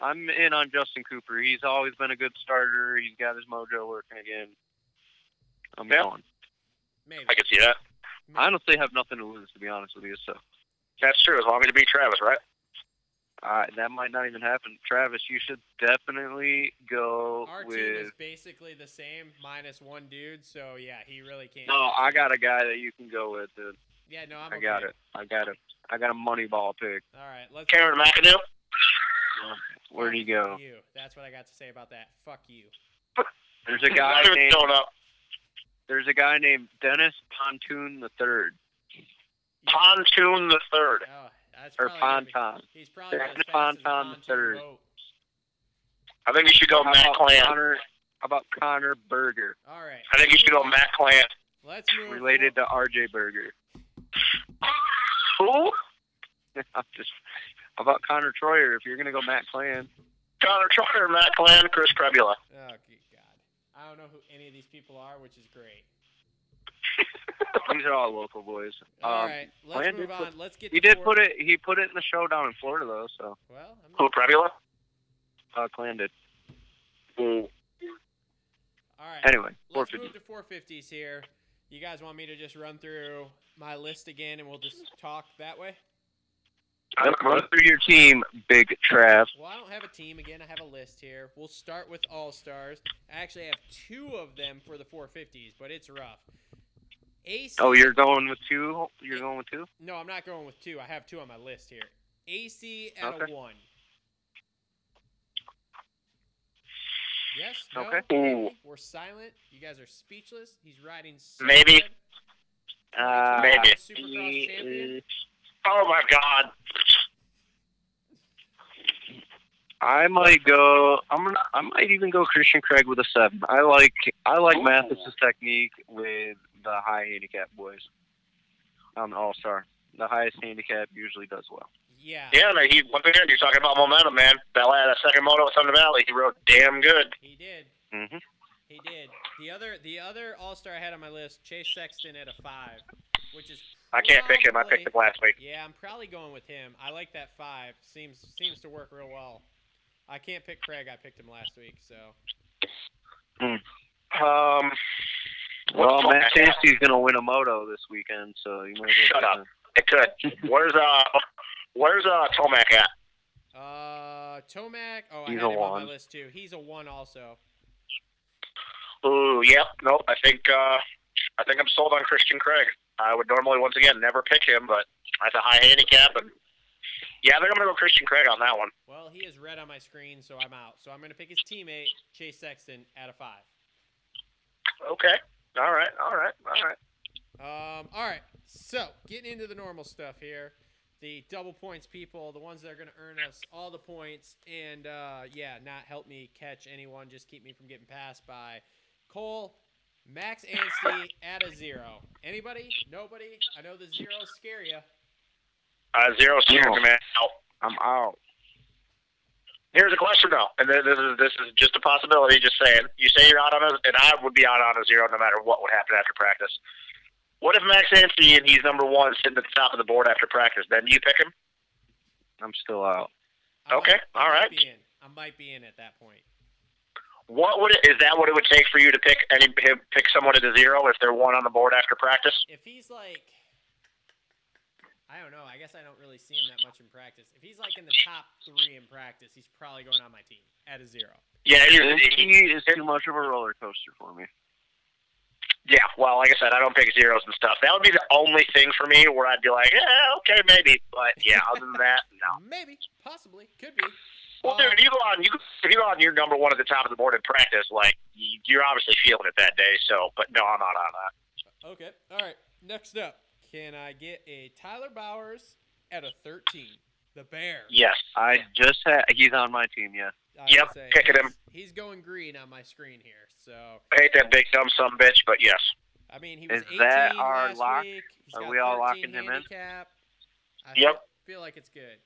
Speaker 2: I'm in on Justin Cooper. He's always been a good starter. He's got his mojo working again. I'm
Speaker 3: Yeah.
Speaker 2: going.
Speaker 1: Maybe.
Speaker 3: I can see that.
Speaker 2: I honestly have nothing to lose, to be honest with you. So
Speaker 3: That's true. As long as you beat Travis, right?
Speaker 2: uh, that might not even happen. Travis, you should definitely go
Speaker 1: Our
Speaker 2: with.
Speaker 1: team is basically the same, minus one dude. So yeah, he really can't.
Speaker 2: no, I got a guy that you can go with. Dude.
Speaker 1: Yeah, no, I'm
Speaker 2: I
Speaker 1: okay.
Speaker 2: got it. I got it. I got a money ball pick.
Speaker 1: All right, let's.
Speaker 3: Cameron McAdoo.
Speaker 2: Where'd he go?
Speaker 1: Fuck You. That's what I got to say about that. Fuck you.
Speaker 2: There's a guy
Speaker 3: Not even
Speaker 2: named
Speaker 3: showing up.
Speaker 2: There's a guy named Dennis Pontoon the Third
Speaker 1: You-
Speaker 3: Pontoon the third.
Speaker 1: Oh, that's
Speaker 2: or
Speaker 1: probably gonna be-
Speaker 2: Ponton.
Speaker 1: He's probably
Speaker 2: Jack
Speaker 1: as fast as a
Speaker 2: Fontan the
Speaker 1: pontoon
Speaker 2: third.
Speaker 1: boat.
Speaker 3: I think you should go
Speaker 2: How
Speaker 3: Matt
Speaker 2: about
Speaker 3: Clan.
Speaker 2: Connor? How about Connor Berger,
Speaker 1: All right.
Speaker 3: I think you should go Matt Clan.
Speaker 1: Let's move.
Speaker 2: related to R.J. Berger?
Speaker 3: Who?
Speaker 2: I'm just how about Connor Troyer. If you're gonna go Matt Clan,
Speaker 3: Connor Trotter, Matt Clan, Chris Prebula.
Speaker 1: forward- Oh, good God. I don't know who any of these people are, which is great.
Speaker 2: these are all local boys.
Speaker 1: All
Speaker 2: Um,
Speaker 1: right, let's
Speaker 2: Landon
Speaker 1: move
Speaker 2: put-
Speaker 1: on. Let's get.
Speaker 2: He
Speaker 1: to
Speaker 2: did
Speaker 1: four-
Speaker 2: put it. He put it in the showdown in Florida though. So
Speaker 1: Well, I'm not-
Speaker 3: Who, Prebula?
Speaker 2: uh, Clan did.
Speaker 3: Who?
Speaker 1: all right.
Speaker 2: Anyway,
Speaker 1: Let's
Speaker 2: 450.
Speaker 1: move to 450s here. You guys want me to just run through my list again, and we'll just talk that way?
Speaker 3: I
Speaker 2: Run through your team, Big Trav.
Speaker 1: Well, I don't have a team again. I have a list here. We'll start with All Stars. I actually have two of them for the 450s, but it's rough. AC.
Speaker 2: Oh, you're going with two. You're going with two.
Speaker 1: No, I'm not going with two. I have two on my list here. AC at
Speaker 2: Okay.
Speaker 1: a one. Yes. No.
Speaker 2: Okay.
Speaker 1: Maybe? We're silent. You guys are speechless. He's riding. So
Speaker 3: Maybe.
Speaker 1: good.
Speaker 2: Uh,
Speaker 3: Maybe.
Speaker 1: Supercross champion.
Speaker 3: Oh, my God.
Speaker 2: I might go. I'm gonna. I might even go Christian Craig with a seven. I like. I like
Speaker 3: Ooh.
Speaker 2: Mathis's technique with the high handicap boys. On All Star, the highest handicap usually does well.
Speaker 1: Yeah.
Speaker 3: Yeah, no, he, once again, you're talking about momentum, man. That, la- that second moto with Thunder Valley, he rode damn good.
Speaker 1: He did.
Speaker 2: Mm-hmm.
Speaker 1: He did. The other the other All Star I had on my list, Chase Sexton at a five, which is
Speaker 3: I can't pick him. I
Speaker 1: probably-
Speaker 3: picked him last week.
Speaker 1: Yeah, I'm probably going with him. I like that five. Seems seems to work real well. I can't pick Craig. I picked him last week, so
Speaker 3: Um,
Speaker 2: Well,
Speaker 3: what the
Speaker 2: Matt
Speaker 3: fuck?
Speaker 2: Chasty's gonna win a moto this weekend, so you might.
Speaker 3: Shut up. It could. Where's uh, where's uh, Tomac at?
Speaker 1: uh, Tomac. Oh, I
Speaker 2: He's
Speaker 1: had
Speaker 2: a
Speaker 1: him on
Speaker 2: one.
Speaker 1: my list too. He's a one also.
Speaker 3: Ooh, yep. Nope. I think uh, I think I'm sold on Christian Craig. I would normally, once again, never pick him, but that's a high handicap, and yeah, I think I'm gonna go Christian Craig on that one.
Speaker 1: Well, he is red on my screen, so I'm out. So I'm gonna pick his teammate Chase Sexton at a five.
Speaker 3: Okay. All right. All right. All right.
Speaker 1: Um, all right. So getting into the normal stuff here, the double points people, the ones that are going to earn us all the points, and uh, yeah, not help me catch anyone, just keep me from getting passed by Cole, Max Anstey at a zero. Anybody? Nobody? I know the zeros scare you.
Speaker 3: Uh, zero
Speaker 2: No.
Speaker 3: zero, man. Out.
Speaker 2: uh, I'm out.
Speaker 3: Here's a question though, and th- this is this is just a possibility. Just saying, you say you're out on a, and I would be out on a zero no matter what would happen after practice. What if Max Anstey and he's number one sitting at the top of the board after practice? Then you pick him.
Speaker 2: I'm still out.
Speaker 1: I
Speaker 3: Okay,
Speaker 1: might- I
Speaker 3: all
Speaker 1: might
Speaker 3: right.
Speaker 1: Be in. I might be in at that point.
Speaker 3: What would it, is that? What it would take for you to pick any him- pick someone at a zero if they're one on the board after practice?
Speaker 1: If he's like, I don't know. I guess I don't really see him that much in practice. If he's like in the top three in practice, he's probably going on my team at a zero.
Speaker 3: Yeah,
Speaker 2: He
Speaker 3: Mm-hmm. here's the-
Speaker 2: is too much of a roller coaster for me.
Speaker 3: Yeah, well, like I said, I don't pick zeros and stuff. That would be the only thing for me where I'd be like, yeah, okay, maybe. But yeah, other than that, no.
Speaker 1: Maybe, possibly, could be.
Speaker 3: Well,
Speaker 1: Um,
Speaker 3: dude, you go on. You if you go on, you're number one at the top of the board in practice. Like you- you're obviously feeling it that day. So, but no, I'm not on that.
Speaker 1: Okay. All right. Next up, can I get a Tyler Bowers at a 13? The Bear.
Speaker 3: Yes,
Speaker 2: I just had. He's on my team. Yeah.
Speaker 1: I
Speaker 3: Yep,
Speaker 1: would say
Speaker 3: kicking him.
Speaker 1: he's- He's going green on my screen here. So,
Speaker 3: I hate that big dumb some bitch, but yes.
Speaker 1: I mean, he was
Speaker 2: Is
Speaker 1: 18
Speaker 2: that our
Speaker 1: last
Speaker 2: lock?
Speaker 1: week. He's
Speaker 2: Are
Speaker 1: got
Speaker 2: we all
Speaker 1: 13
Speaker 2: locking him in?
Speaker 1: handicap. I
Speaker 3: Yep.
Speaker 1: feel- Feel like it's good.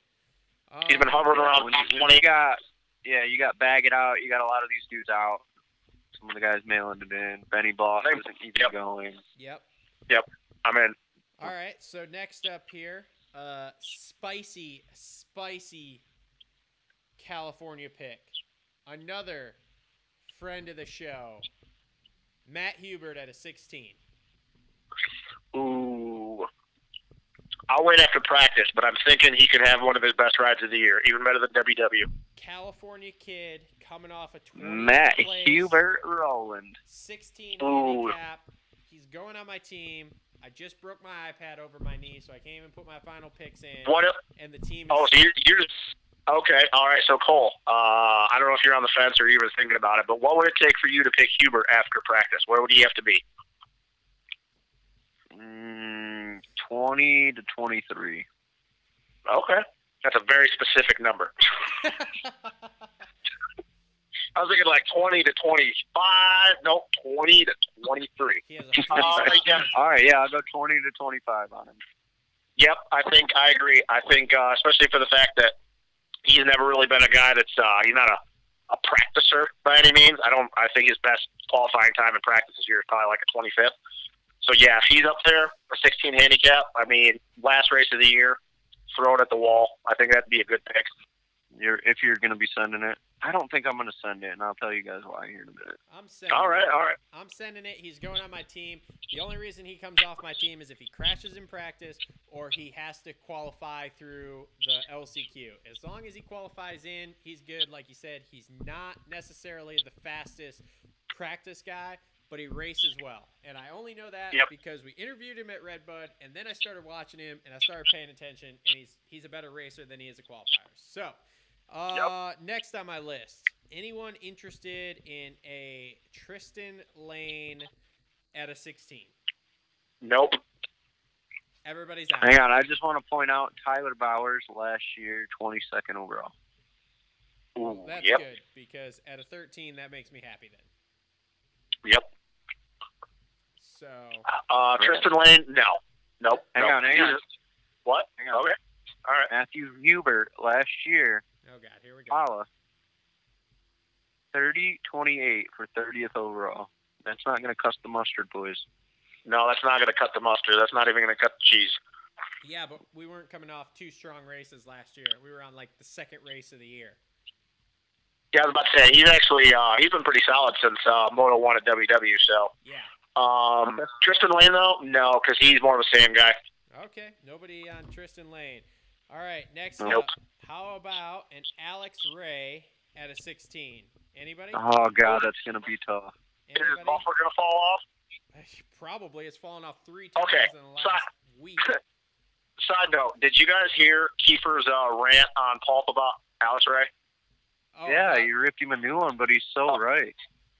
Speaker 3: He's been
Speaker 1: Um,
Speaker 3: hovering around
Speaker 2: When
Speaker 3: top
Speaker 2: you, when you
Speaker 3: twenty.
Speaker 2: got, yeah, you got bag it out. You got a lot of these dudes out. Some of the guys mailing it in. Benny Boss
Speaker 3: Thank-
Speaker 2: isn't even
Speaker 3: yep.
Speaker 2: going.
Speaker 1: Yep.
Speaker 3: I mean,
Speaker 1: All right. So next up here, uh, spicy, spicy California pick. Another friend of the show, Matt Hubert at a 16.
Speaker 3: ooh. I'll wait after practice, but I'm thinking he could have one of his best rides of the year, even better than WW.
Speaker 1: California kid coming off a 20
Speaker 2: Matt
Speaker 1: Mm, place,
Speaker 2: Hubert Rowland.
Speaker 1: 16
Speaker 3: Ooh.
Speaker 1: handicap. He's going on my team. I just broke my iPad over my knee, so I can't even put my final picks in.
Speaker 3: What? If,
Speaker 1: And the team is
Speaker 3: oh, so you're, you're okay. All right. So Cole, uh, I don't know if you're on the fence or even thinking about it, but what would it take for you to pick Hubert after practice? Where would he have to be?
Speaker 2: Mm, 20 to 23.
Speaker 3: Okay, that's a very specific number. I was thinking like 20 to 25. Nope, 20 to 23.
Speaker 1: he has a
Speaker 3: Oh, yeah.
Speaker 2: All right, yeah, I'll go 20 to 25 on him.
Speaker 3: Yep, I think I agree. I think uh, especially for the fact that he's never really been a guy that's uh, he's not a a practicer by any means. I don't. I think his best qualifying time in practice this year is probably like a 25th. So yeah, if he's up there a 16 handicap, I mean, last race of the year, throw it at the wall. I think that'd be a good pick.
Speaker 2: You're, if you're going to be sending it. I don't think I'm going to send it, and I'll tell you guys why here in a minute.
Speaker 1: I'm sending
Speaker 3: All right,
Speaker 1: it.
Speaker 3: all right.
Speaker 1: I'm sending it. He's going on my team. The only reason he comes off my team is if he crashes in practice or he has to qualify through the LCQ. As long as he qualifies in, he's good. Like you said, he's not necessarily the fastest practice guy, but he races well. And I only know that
Speaker 3: Yep.
Speaker 1: because we interviewed him at Redbud, and then I started watching him and I started paying attention, and he's he's a better racer than he is a qualifier. So. Uh, next on my list, anyone interested in a Tristan Lane at a 16?
Speaker 3: Nope.
Speaker 1: Everybody's out.
Speaker 2: Hang on, I just want to point out Tyler Bowers last year, 22nd overall.
Speaker 3: Ooh,
Speaker 1: That's
Speaker 3: yep.
Speaker 1: good because at a 13, that makes me happy then.
Speaker 3: Yep.
Speaker 1: So,
Speaker 3: Uh, Tristan Lane. No. Nope.
Speaker 2: Hang
Speaker 3: nope.
Speaker 2: on, hang on.
Speaker 3: What?
Speaker 2: Hang on.
Speaker 3: Okay. All right.
Speaker 2: Matthew Hubert last year,
Speaker 1: oh God, here we go.
Speaker 3: Ah.
Speaker 2: Paula, 30 28 for 30th overall. That's not going to cuss the mustard, boys.
Speaker 3: No, that's not going to cut the mustard. That's not even going to cut the cheese.
Speaker 1: Yeah, but we weren't coming off two strong races last year. We were on like the second race of the year.
Speaker 3: Yeah, I was about to say he's actually uh, he's been pretty solid since uh, Moto One at WW. So
Speaker 1: Yeah.
Speaker 3: um, Tristan Lane though, no, because he's more of a Sam guy.
Speaker 1: Okay. Nobody on Tristan Lane. All right. Next
Speaker 3: Nope.
Speaker 1: up, how about an Alex Ray at a 16? Anybody?
Speaker 2: Oh, God, that's going to be tough.
Speaker 3: Is his
Speaker 1: Anybody?
Speaker 3: buffer gonna fall off?
Speaker 1: Probably it's fallen off three times
Speaker 3: Okay,
Speaker 1: in the
Speaker 3: so-
Speaker 1: last week.
Speaker 3: Side note: Did you guys hear Kiefer's uh, rant on Pulp about Alice Ray?
Speaker 1: Oh,
Speaker 2: yeah,
Speaker 1: that-
Speaker 2: you ripped him a new one, but he's so right.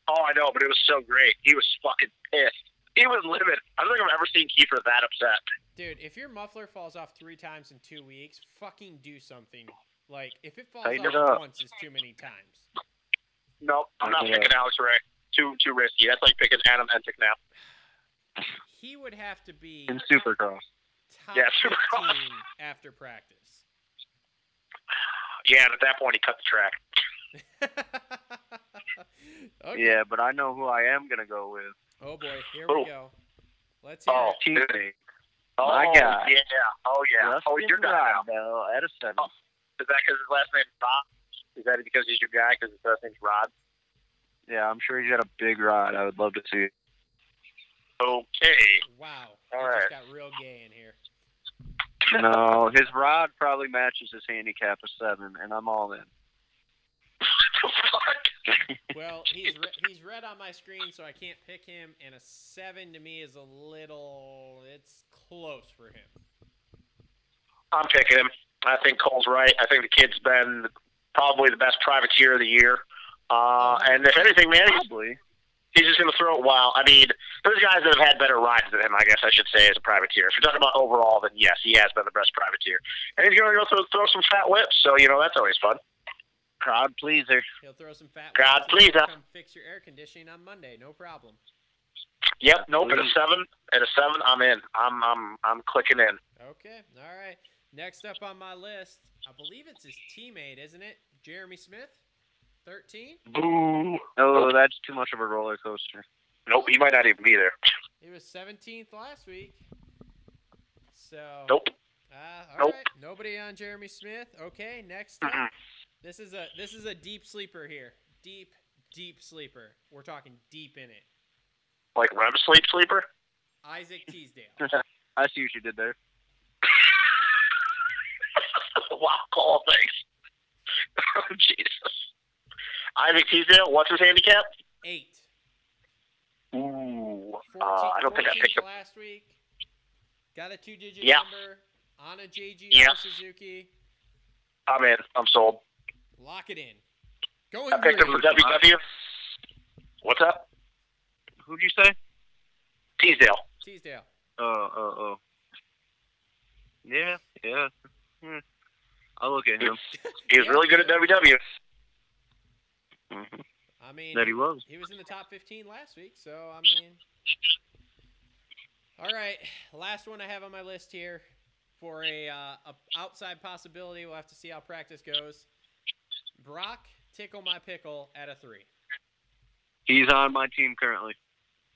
Speaker 3: Oh, I know, but it was so great. He was fucking pissed. He was livid. I don't think I've ever seen Kiefer that upset.
Speaker 1: dude. If your muffler falls off three times in two weeks, fucking do something. Like if it falls
Speaker 2: Tighten
Speaker 1: off
Speaker 2: it up.
Speaker 1: once, is too many times.
Speaker 3: Nope, I'm not
Speaker 2: Yeah.
Speaker 3: picking Alex Ray. Too too risky. That's like picking Adam Entick now.
Speaker 1: He would have to be
Speaker 2: In Supercross.
Speaker 1: top
Speaker 3: Yeah,
Speaker 1: fifteen
Speaker 3: Supercross.
Speaker 1: after practice.
Speaker 3: Yeah, and at that point he cut the track.
Speaker 1: okay.
Speaker 2: Yeah, but I know who I am going to go with.
Speaker 1: Oh boy, here
Speaker 3: Oh.
Speaker 1: we go. Let's hear
Speaker 3: Oh.
Speaker 1: it.
Speaker 2: Teammate.
Speaker 3: Oh
Speaker 2: My guy.
Speaker 3: yeah. Oh yeah. oh,
Speaker 2: Justin
Speaker 3: you're guy.
Speaker 2: Rodell at a seven.
Speaker 3: Oh. Is that because his last name's Rod? Is that because he's your guy because his last name's Rod?
Speaker 2: Yeah, I'm sure he's got a big rod. I would love to see it.
Speaker 3: Okay.
Speaker 1: Wow.
Speaker 3: All
Speaker 1: I
Speaker 3: right.
Speaker 1: just got real gay in here.
Speaker 2: No, his rod probably matches his handicap of seven, and I'm all in.
Speaker 3: What the fuck?
Speaker 1: Well, he's re- he's red on my screen, so I can't pick him. And a seven to me is a little. It's close for him.
Speaker 3: I'm picking him. I think Cole's right. I think the kid's been probably the best privateer of the year. Uh, and if anything, man, he's,
Speaker 2: Probably.
Speaker 3: he's just going to throw it wild. I mean, there's guys that have had better rides than him, I guess I should say, as a privateer. If you're talking about overall, then yes, he has been the best privateer. And he's going to go throw, throw some fat whips, so, you know, that's always fun.
Speaker 2: Crowd pleaser.
Speaker 1: He'll throw some fat. ones and
Speaker 3: God, please, uh-
Speaker 1: Come fix your air conditioning on Monday. No problem.
Speaker 3: Yep, nope. At a seven, at a seven, I'm in. I'm, I'm, I'm clicking in.
Speaker 1: Okay. All right. Next up on my list, I believe it's his teammate, isn't it? Jeremy Smith, thirteen.
Speaker 3: Boo!
Speaker 2: Oh, that's too much of a roller coaster.
Speaker 3: Nope, he might not even be there.
Speaker 1: He was seventeenth last week. So.
Speaker 3: Nope.
Speaker 1: Uh, all
Speaker 3: Nope.
Speaker 1: right. Nobody on Jeremy Smith. Okay. Next up,
Speaker 3: Mm-mm.
Speaker 1: this is a this is a deep sleeper here. Deep, deep sleeper. We're talking deep in it.
Speaker 3: Like REM sleep sleeper.
Speaker 1: Isaac Teasdale.
Speaker 3: Mm-hmm.
Speaker 2: I see what you did there.
Speaker 3: wow, Cole, thanks. Oh, Jesus. Isaac Teasdale, what's his handicap?
Speaker 1: Eight.
Speaker 3: Ooh,
Speaker 1: 14,
Speaker 3: uh, I don't think I
Speaker 1: 14th
Speaker 3: picked up.
Speaker 1: last week. Got a two-digit
Speaker 3: Yeah.
Speaker 1: number on a JG
Speaker 3: Yeah.
Speaker 1: Suzuki.
Speaker 3: I'm in. I'm sold.
Speaker 1: Lock it in. Going
Speaker 3: I picked him
Speaker 1: green.
Speaker 3: for WW. What's up?
Speaker 2: Who'd you say?
Speaker 3: Teasdale.
Speaker 1: Teasdale.
Speaker 2: Oh, oh, oh. Yeah, yeah. Hmm. I'll look at him.
Speaker 3: He was really good at WW.
Speaker 1: I mean,
Speaker 2: That he was.
Speaker 1: he was in the top 15 last week, so I mean. All right, last one I have on my list here for a, uh, a outside possibility. We'll have to see how practice goes. Brock tickle my pickle at a three.
Speaker 2: He's on my team currently.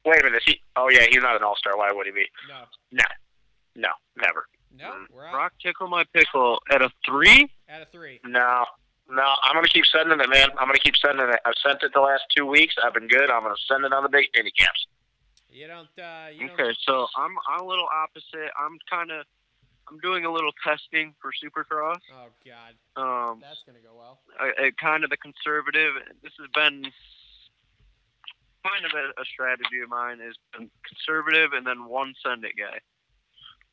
Speaker 3: Wait a minute. Is he? Oh yeah, he's not an all star. Why would he be?
Speaker 1: No,
Speaker 3: No, never.
Speaker 1: no, we're out
Speaker 2: Brock tickle my pickle at a three.
Speaker 1: at a three.
Speaker 3: No, no. I'm gonna keep sending it, man. I'm gonna keep sending it. I've sent it the last two weeks. I've been good. I'm gonna send it on the big handicaps.
Speaker 1: You don't. Uh, you don't.
Speaker 2: Okay, so I'm I'm a little opposite. I'm kind of I'm doing a little testing for Supercross.
Speaker 1: Oh God,
Speaker 2: Um,
Speaker 1: that's gonna go well.
Speaker 2: I, I kind of the conservative. This has been kind of a, a strategy of mine is been conservative and then one send it guy.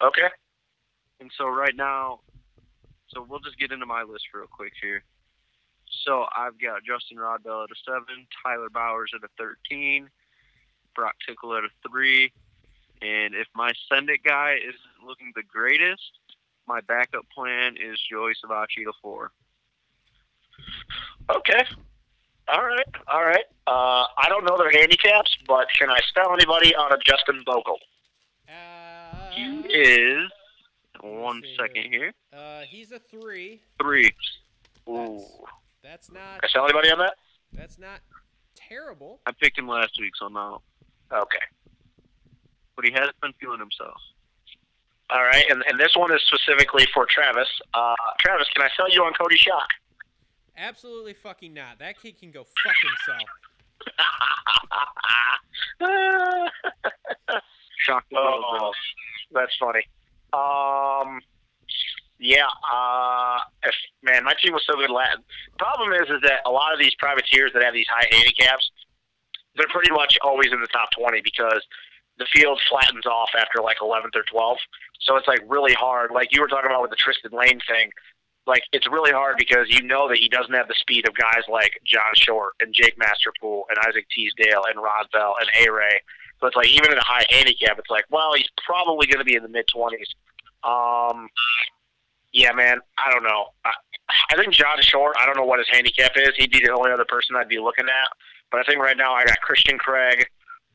Speaker 3: Okay.
Speaker 2: And so right now, so we'll just get into my list real quick here. So I've got Justin Rodbell at a seven, Tyler Bowers at a thirteen, Brock Tickle at a three, and if my send it guy isn't looking the greatest, my backup plan is Joey Savacci to four.
Speaker 3: Okay. All right. All right. Uh, I don't know their handicaps, but can I spell anybody on a Justin Bogle?
Speaker 1: Uh,
Speaker 2: He is one
Speaker 1: see
Speaker 2: second here.
Speaker 1: uh, he's a three.
Speaker 2: Three.
Speaker 3: Ooh.
Speaker 1: That's not.
Speaker 3: Can I spell anybody on that?
Speaker 1: That's not terrible.
Speaker 2: I picked him last week, so no.
Speaker 3: Okay.
Speaker 2: But he has been feeling himself.
Speaker 3: All right. And, and this one is specifically for Travis. Uh, Travis, can I sell you on Cody Shock?
Speaker 1: Absolutely fucking not. That kid can go fuck himself.
Speaker 3: Ah.
Speaker 2: Shocked the world, bro.
Speaker 3: oh, that's funny. Um, yeah. Uh, if, man, my team was so good. Last. Problem is, is that a lot of these privateers that have these high handicaps, they're pretty much always in the top twenty because the field flattens off after like eleventh or twelfth. So it's like really hard. Like you were talking about with the Tristan Lane thing. Like it's really hard because you know that he doesn't have the speed of guys like John Short and Jake Masterpool and Isaac Teasdale and Rod Bell and A Ray. So it's like even in a high handicap, it's like, well, he's probably going to be in the mid twenties. Um, yeah, man, I don't know. I, I think John Short. I don't know what his handicap is. He'd be the only other person I'd be looking at. But I think right now I got Christian Craig,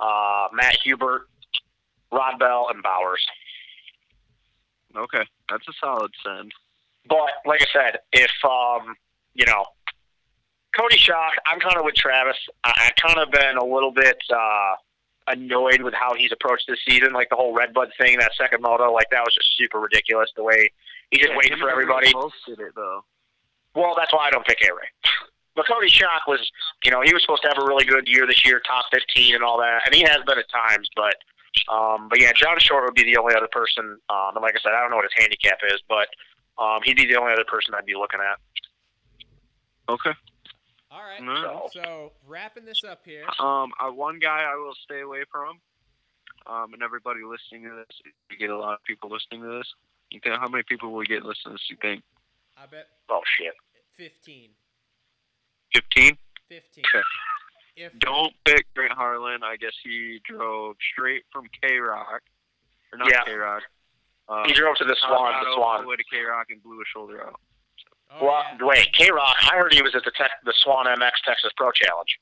Speaker 3: uh, Matt Hubert, Rod Bell, and Bowers.
Speaker 2: Okay, that's a solid send.
Speaker 3: But like I said, if um, you know, Cody Shock, I'm kind of with Travis. I, I kind of been a little bit uh, annoyed with how he's approached this season, like the whole Red Bud thing, that second moto, like that was just super ridiculous. The way he just waited
Speaker 2: Him
Speaker 3: for
Speaker 2: and
Speaker 3: everybody.
Speaker 2: Both did it though.
Speaker 3: Well, that's why I don't pick A-Ray. But Cody Shock was, you know, he was supposed to have a really good year this year, top 15 and all that, and he has been at times. But, um, but yeah, John Short would be the only other person. Um, and like I said, I don't know what his handicap is, but um, he'd be the only other person I'd be looking at.
Speaker 2: Okay.
Speaker 1: All right.
Speaker 2: No.
Speaker 1: So wrapping this up here.
Speaker 2: Um, I, one guy I will stay away from, um, and everybody listening to this, we get a lot of people listening to this. You think how many people will we get listening to this? You think
Speaker 1: I bet
Speaker 3: Oh shit.
Speaker 1: 15.
Speaker 2: fifteen?
Speaker 1: 15.
Speaker 2: Okay.
Speaker 1: If
Speaker 2: Don't pick Grant Harlan. I guess he drove straight from K Rock, or not
Speaker 3: Yeah.
Speaker 2: K Rock. Uh,
Speaker 3: He drove to the Swan.
Speaker 2: Colorado all
Speaker 3: The Swan.
Speaker 2: the way to K Rock and blew his shoulder out.
Speaker 1: oh,
Speaker 3: Well,
Speaker 1: yeah.
Speaker 3: wait, K Rock. I heard he was at the tech, the Swan MX Texas Pro Challenge.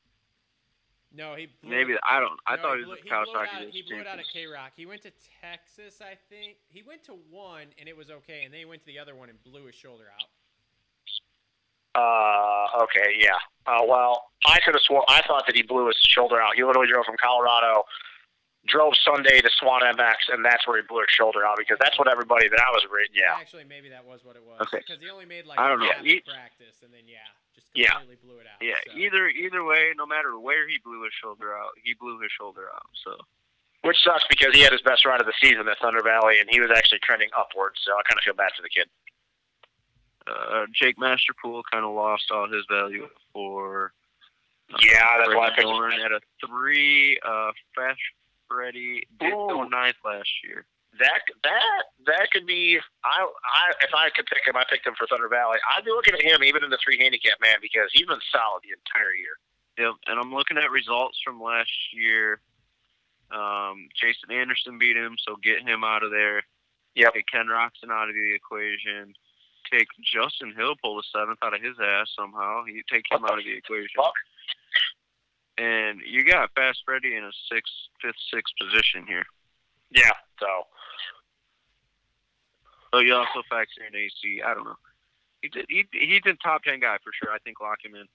Speaker 1: no, he blew
Speaker 2: Maybe
Speaker 1: it.
Speaker 2: I don't. I
Speaker 1: No,
Speaker 2: thought
Speaker 1: he
Speaker 2: he
Speaker 1: blew,
Speaker 2: was
Speaker 1: he
Speaker 2: a
Speaker 1: blew it out.
Speaker 2: Kawasaki.
Speaker 1: He blew it out at K Rock. He went to Texas, I think. He went to one and it was okay, and then he went to the other one and blew his shoulder out.
Speaker 3: Uh, okay, yeah. Uh, well, I could have sworn I thought that he blew his shoulder out. He literally drove from Colorado, drove Sunday to Swan MX, and that's where he blew his shoulder out because that's what everybody that I was reading. Yeah,
Speaker 1: Actually, maybe that was what it was.
Speaker 2: Okay.
Speaker 1: Because he only made like
Speaker 2: I don't know.
Speaker 1: half
Speaker 2: He-
Speaker 1: of practice, and then yeah, just
Speaker 3: Yeah.
Speaker 1: completely blew it out.
Speaker 2: Yeah.
Speaker 1: so.
Speaker 2: Either either way, no matter where he blew his shoulder out, he blew his shoulder out. So
Speaker 3: which sucks because he had his best ride of the season at Thunder Valley, and he was actually trending upwards. So I kind of feel bad for the kid.
Speaker 2: uh, Jake Masterpool kind of lost all his value for. uh,
Speaker 3: Yeah, that's why
Speaker 2: Brandon
Speaker 3: I picked.
Speaker 2: Dorn at a three. Uh, Fresh Freddy did go
Speaker 3: Ooh.
Speaker 2: ninth last year.
Speaker 3: That that that could be. I I if I could pick him, I picked him for Thunder Valley. I'd be looking at him even in the three handicap man because he's been solid the entire year.
Speaker 2: Yep, and I'm looking at results from last year. Um, Jason Anderson beat him, so get him out of there.
Speaker 3: Yep.
Speaker 2: Get Ken Roxon out of the equation. Take Justin Hill, pull the seventh out of his ass somehow. He take him out of the equation.
Speaker 3: Fuck.
Speaker 2: And you got Fast Freddy in a sixth, fifth, sixth position here.
Speaker 3: Yeah. So
Speaker 2: So Oh, you also factor in AC. I don't know. He did, he, he's a top ten guy for sure. I think lock him in.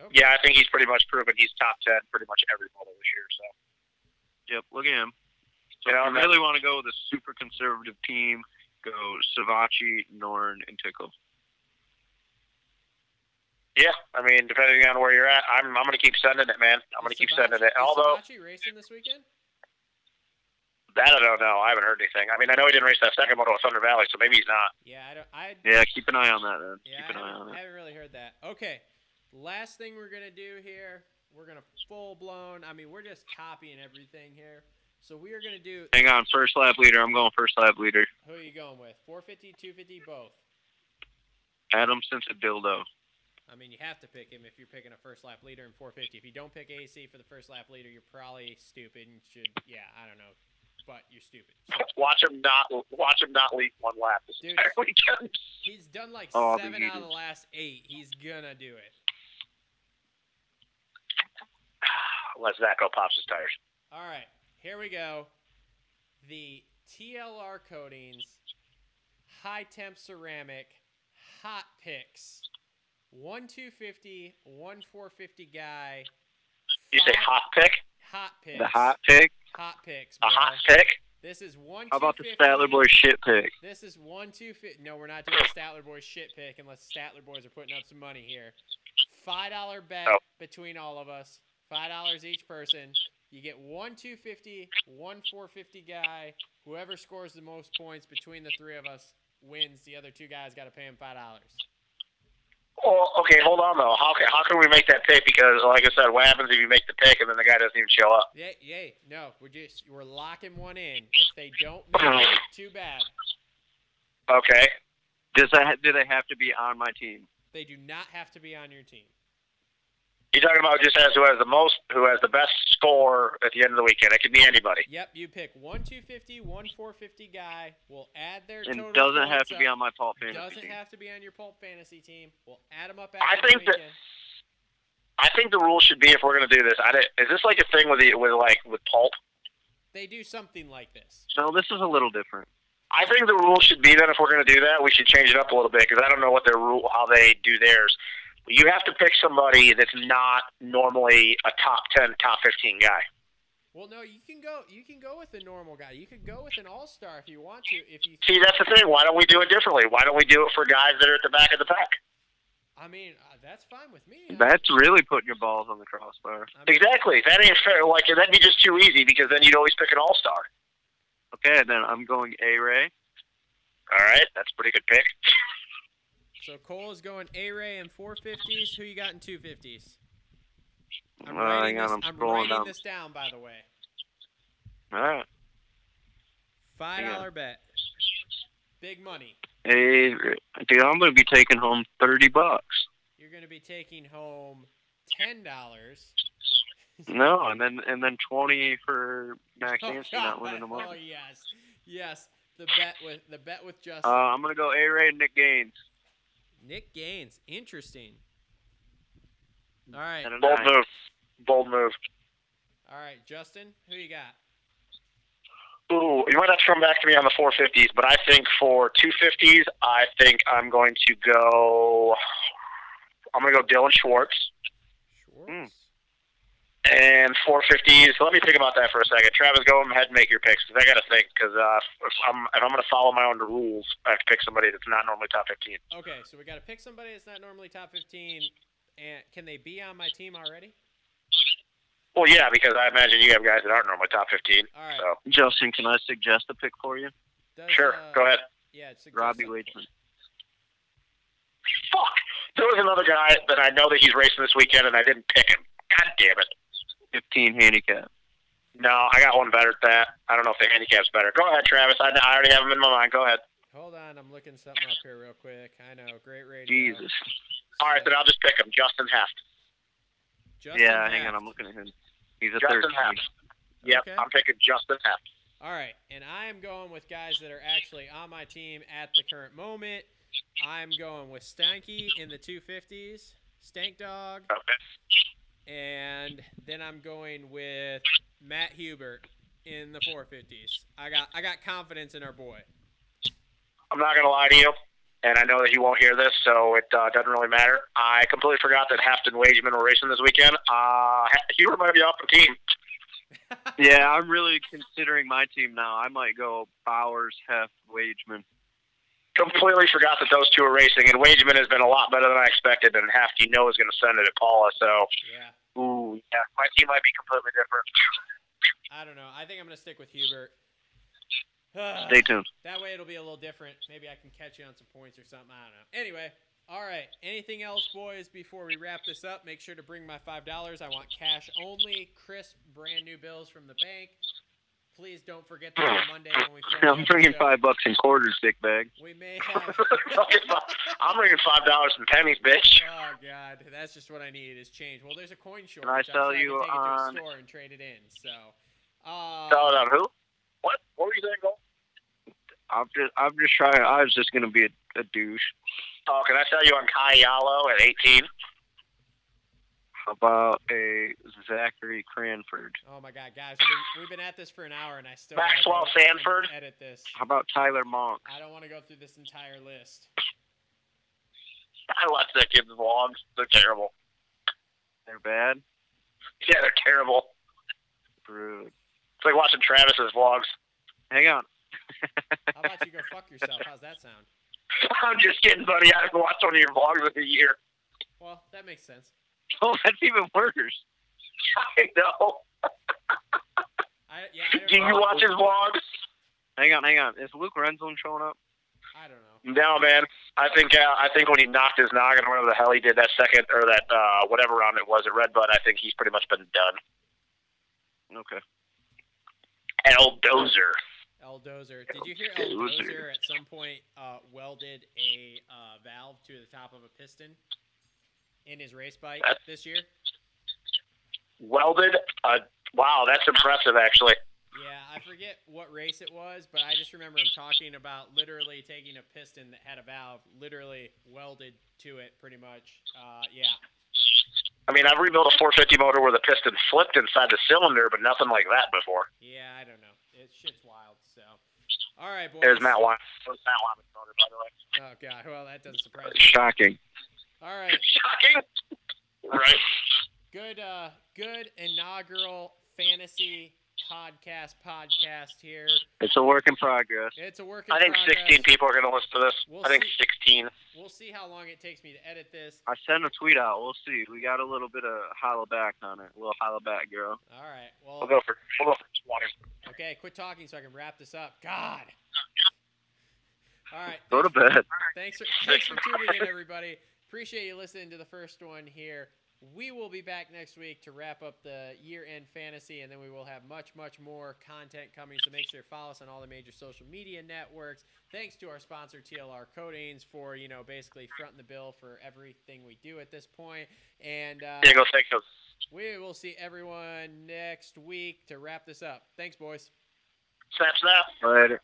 Speaker 1: Okay.
Speaker 3: yeah, I think he's pretty much proven he's top ten pretty much every model this year. So
Speaker 2: Yep, look at him. So
Speaker 3: Yeah,
Speaker 2: if
Speaker 3: I'm
Speaker 2: you
Speaker 3: not-
Speaker 2: really want to go with a super conservative team, go Savachi, Norn, and Tickle.
Speaker 3: yeah, I mean, depending on where you're at, I'm I'm gonna keep sending it, man. I'm gonna
Speaker 1: Is
Speaker 3: keep
Speaker 1: Sabachi-
Speaker 3: sending it.
Speaker 1: is
Speaker 3: Although
Speaker 1: Sabachi racing this weekend?
Speaker 3: that I don't know. I haven't heard anything. I mean, I know he didn't race that second model at Thunder Valley, so maybe he's not.
Speaker 1: Yeah, I don't. I
Speaker 2: Yeah, keep an eye on that. Then.
Speaker 1: Yeah,
Speaker 2: keep an
Speaker 1: I,
Speaker 2: eye
Speaker 1: haven't,
Speaker 2: on
Speaker 1: I
Speaker 2: it.
Speaker 1: haven't really heard that. Okay, last thing we're gonna do here, we're gonna full blown. I mean, we're just copying everything here. So we are gonna do.
Speaker 2: Hang on, first lap leader. I'm going first lap leader.
Speaker 1: Who are you going with? 450, 250, both.
Speaker 2: Adamson's a dildo.
Speaker 1: I mean, you have to pick him if you're picking a first lap leader in 450. If you don't pick AC for the first lap leader, you're probably stupid and should. Yeah, I don't know, but you're stupid. So
Speaker 3: Watch him not watch him not leave one lap. this
Speaker 1: Dude.
Speaker 3: entire weekend.
Speaker 1: he's done like
Speaker 2: Oh, I'll be
Speaker 1: seven out of the
Speaker 2: muted.
Speaker 1: last eight. He's gonna do it.
Speaker 3: Unless Zacho pops his tires.
Speaker 1: All right, here we go. The TLR coatings, high temp ceramic, hot picks. One 250, one 450 guy.
Speaker 3: You say
Speaker 1: Five
Speaker 3: hot pick?
Speaker 1: hot picks.
Speaker 2: The hot pick.
Speaker 1: hot picks.
Speaker 3: A
Speaker 1: Bro.
Speaker 3: hot pick?
Speaker 1: This is one.
Speaker 2: How about the
Speaker 1: 250.
Speaker 2: Statler Boy shit pick?
Speaker 1: This is one two fifty. No, we're not doing a Statler Boys shit pick unless Statler Boys are putting up some money here. Five dollar bet
Speaker 3: Oh.
Speaker 1: between all of us. Five dollars each person. You get one two fifty, one four fifty guy. Whoever scores the most points between the three of us wins. The other two guys got to pay him five dollars.
Speaker 3: Well, okay, hold on though. How can how can we make that pick? Because like I said, what happens if you make the pick and then the guy doesn't even show up?
Speaker 1: Yay! Yay! No, we're just we're locking one in. If they don't, make it, too bad.
Speaker 3: Okay.
Speaker 2: Does that do they have to be on my team?
Speaker 1: They do not have to be on your team.
Speaker 3: You're talking about just as who has the most, who has the best score at the end of the weekend. It could be anybody.
Speaker 1: Yep, you pick one two fifty, one four fifty guy. We'll add their
Speaker 2: And
Speaker 1: total
Speaker 2: doesn't have
Speaker 1: points
Speaker 2: to
Speaker 1: up.
Speaker 2: be on my Paul fantasy
Speaker 1: Doesn't
Speaker 2: team.
Speaker 1: have to be on your pulp fantasy team. We'll add them up
Speaker 3: I
Speaker 1: after the
Speaker 3: think that-
Speaker 1: weekend.
Speaker 3: I think the rule should be if we're going to do this. I did, is this like a thing with the with like with pulp?
Speaker 1: They do something like this.
Speaker 2: No, this is a little different.
Speaker 3: I think the rule should be that if we're going to do that, we should change it up a little bit because I don't know what their rule, how they do theirs. You have to pick somebody that's not normally a top ten, top fifteen guy.
Speaker 1: Well, no, you can go. You can go with a normal guy. You could go with an all star if you want to. If you,
Speaker 3: See, that's the thing. Why don't we do it differently? Why don't we do it for guys that are at the back of the pack?
Speaker 1: I mean, uh, that's fine with me. I-
Speaker 2: That's really putting your balls on the crossbar.
Speaker 1: I mean,
Speaker 3: Exactly. That ain't fair. Like that'd be just too easy because then you'd always pick an all star.
Speaker 2: Okay, then I'm going A Ray.
Speaker 3: All right, that's a pretty good pick.
Speaker 1: So Cole is going A Ray in 450s. Who you got in 250s? I'm
Speaker 2: Uh,
Speaker 1: writing,
Speaker 2: hang on,
Speaker 1: this,
Speaker 2: I'm
Speaker 1: I'm
Speaker 2: scrolling
Speaker 1: writing
Speaker 2: down.
Speaker 1: this down, by the way.
Speaker 2: All right.
Speaker 1: Five
Speaker 2: Hang on.
Speaker 1: dollar bet. Big money.
Speaker 2: Hey, dude, I'm gonna be taking home thirty bucks.
Speaker 1: You're going to be taking home ten dollars.
Speaker 2: No, and then and then twenty for Max Anstey not winning the
Speaker 1: Oh
Speaker 2: money.
Speaker 1: yes, yes. The bet with the bet with Justin.
Speaker 2: Uh, I'm gonna go A Ray and Nick Gaines.
Speaker 1: Nick Gaines. Interesting. All right,
Speaker 2: at a
Speaker 3: Bold
Speaker 2: nine.
Speaker 3: move. Bold move.
Speaker 1: all right, Justin. Who you got?
Speaker 3: Ooh, you might have to come back to me on the 450s, but I think for 250s, I think I'm going to go. I'm going to go Dylan Schwartz.
Speaker 1: Schwartz.
Speaker 3: And 450s. Let me think about that for a second. Travis, go ahead and make your picks 'cause I got to think. Because uh, if I'm if I'm going to follow my own rules, I have to pick somebody that's not normally top 15.
Speaker 2: Hmm.
Speaker 1: Okay, so we got to pick somebody that's not normally top fifteen, and can they be on my team already?
Speaker 3: Well, yeah, because I imagine you have guys that aren't normally top 15.
Speaker 1: All
Speaker 2: Uh,
Speaker 1: right.
Speaker 3: So
Speaker 2: Justin, can I suggest a pick for you?
Speaker 1: Does,
Speaker 3: sure,
Speaker 1: uh,
Speaker 3: go ahead.
Speaker 1: Yeah, it's suggest
Speaker 2: Robbie
Speaker 1: something.
Speaker 2: Wageman.
Speaker 3: Fuck. There was another guy that I know that he's racing this weekend, and I didn't pick him. God damn it.
Speaker 2: Fifteen handicap.
Speaker 3: No, I got one better at that. I don't know if the handicap's better. Go ahead, Travis. I, I already have him in my mind. Go ahead.
Speaker 1: Hold on, I'm looking something up here real quick. I know, great radio.
Speaker 2: Jesus.
Speaker 3: All right,
Speaker 1: So,
Speaker 3: then I'll just pick him. Justin Heft.
Speaker 1: Justin
Speaker 2: yeah, hang on,
Speaker 1: Heft.
Speaker 2: I'm looking at him. He's a
Speaker 3: Justin
Speaker 2: thirteen.
Speaker 3: Heft. Yep,
Speaker 1: Okay.
Speaker 3: I'm picking Justin Heft.
Speaker 1: All right, and I am going with guys that are actually on my team at the current moment. I'm going with Stanky in the 250s, Stank Dog,
Speaker 3: Okay.
Speaker 1: and then I'm going with Matt Hubert in the 450s. I got I got confidence in our boy.
Speaker 3: I'm not gonna lie to you, and I know that he won't hear this, so it uh, doesn't really matter. I completely forgot that Heft and Wageman were racing this weekend. Uh, Hubert might be off the team.
Speaker 2: Yeah, I'm really considering my team now. I might go Bowers, Heft, Wageman.
Speaker 3: Completely forgot that those two are racing, and Wageman has been a lot better than I expected, and Heft you know is gonna send it at Paula. So,
Speaker 1: Yeah,
Speaker 2: Ooh,
Speaker 3: yeah, my team might be completely different.
Speaker 1: I don't know. I think I'm gonna stick with Hubert. Ugh.
Speaker 2: stay tuned.
Speaker 1: That way it'll be a little different. Maybe I can catch you on some points or something. I don't know. Anyway, all right. Anything else, boys, before we wrap this up? Make sure to bring my $5. I want cash only, crisp, brand new bills from the bank. Please don't forget that on Monday when we film.
Speaker 2: I'm
Speaker 1: the
Speaker 2: bringing
Speaker 1: episode,
Speaker 2: five bucks in quarters, dick bag.
Speaker 1: We may have.
Speaker 3: I'm bringing five dollars and pennies, bitch.
Speaker 1: Oh God, that's just what I need is change. Well, there's a coin shortage.
Speaker 2: Can I
Speaker 1: I'm
Speaker 2: sell
Speaker 1: trying to
Speaker 2: you
Speaker 1: take it to a
Speaker 2: on-
Speaker 1: store and trade it in. So, uh,
Speaker 3: Tell it on who? What? What were you saying, Cole?
Speaker 2: I'm just, I'm just trying. I was just gonna be a, a douche.
Speaker 3: Oh, can I tell you on Kai Yalo at 18?
Speaker 2: How about a Zachary Cranford?
Speaker 1: oh my God, guys, we've been, we've been at this for an hour and I still gotta
Speaker 3: Maxwell
Speaker 1: go
Speaker 3: Sanford.
Speaker 1: edit this.
Speaker 2: How about Tyler Monk?
Speaker 1: I don't want to go through this entire list.
Speaker 3: I watch that kid's vlogs. They're terrible.
Speaker 2: They're bad.
Speaker 3: Yeah, they're terrible.
Speaker 2: Rude.
Speaker 3: It's like watching Travis's vlogs.
Speaker 2: Hang on.
Speaker 1: How about you go fuck yourself? How's that sound?
Speaker 3: I'm just kidding, buddy. I haven't watched one of your vlogs in a year.
Speaker 1: Well, that makes sense.
Speaker 2: Oh, that's even worse.
Speaker 3: I know.
Speaker 1: I yeah, I
Speaker 3: Do
Speaker 1: don't,
Speaker 3: you watch his vlogs?
Speaker 2: Hang on, hang on. Is Luke Renzelin showing up?
Speaker 1: I don't know.
Speaker 3: No, man. I think uh, I think when he knocked his noggin, whatever the hell he did that second or that uh, whatever round it was at Red Bud, I think he's pretty much been done.
Speaker 2: Okay.
Speaker 3: El Dozer.
Speaker 1: El Dozer. Did you hear El
Speaker 2: Dozer.
Speaker 1: Dozer at some point uh, welded a uh, valve to the top of a piston in his race bike
Speaker 3: That-
Speaker 1: this year?
Speaker 3: Welded. Uh, wow, that's impressive, actually.
Speaker 1: Yeah, I forget what race it was, but I just remember him talking about literally taking a piston that had a valve, literally welded to it, pretty much. Uh, yeah,
Speaker 3: I mean, I've rebuilt a 450 motor where the piston flipped inside the cylinder, but nothing like that before.
Speaker 1: yeah, I don't know. It shit's wild. So, all right, boys.
Speaker 3: There's Matt Wyman. There's Matt Wyman's motor, by the way.
Speaker 1: Oh God, well that doesn't surprise me.
Speaker 2: Shocking.
Speaker 1: All right,
Speaker 3: Shocking. Right.
Speaker 1: good, uh, good inaugural fantasy podcast podcast here.
Speaker 2: It's a work in progress.
Speaker 1: It's a work in
Speaker 3: I think
Speaker 1: progress.
Speaker 3: 16 people are going to listen to this.
Speaker 1: We'll
Speaker 3: I think
Speaker 1: see.
Speaker 3: 16.
Speaker 1: We'll see how long it takes me to edit this.
Speaker 2: I sent a tweet out. We'll see. We got a little bit of holla back on it. A little holla back, girl.
Speaker 1: All right,
Speaker 3: We'll
Speaker 1: well,
Speaker 3: go for we'll go for 20.
Speaker 1: okay, quit talking so I can wrap this up. God. All right.
Speaker 2: Go to bed.
Speaker 1: Thanks for, thanks for tuning in, everybody. Appreciate you listening to the first one here. We will be back next week to wrap up the year end fantasy, and then we will have much, much more content coming. So make sure to follow us on all the major social media networks. Thanks to our sponsor, TLR Coatings, for, you know, basically fronting the bill for everything we do at this point. And uh,
Speaker 3: Yeah, go take those.
Speaker 1: we will see everyone next week to wrap this up. Thanks, boys.
Speaker 3: Snap, snap.
Speaker 2: Later.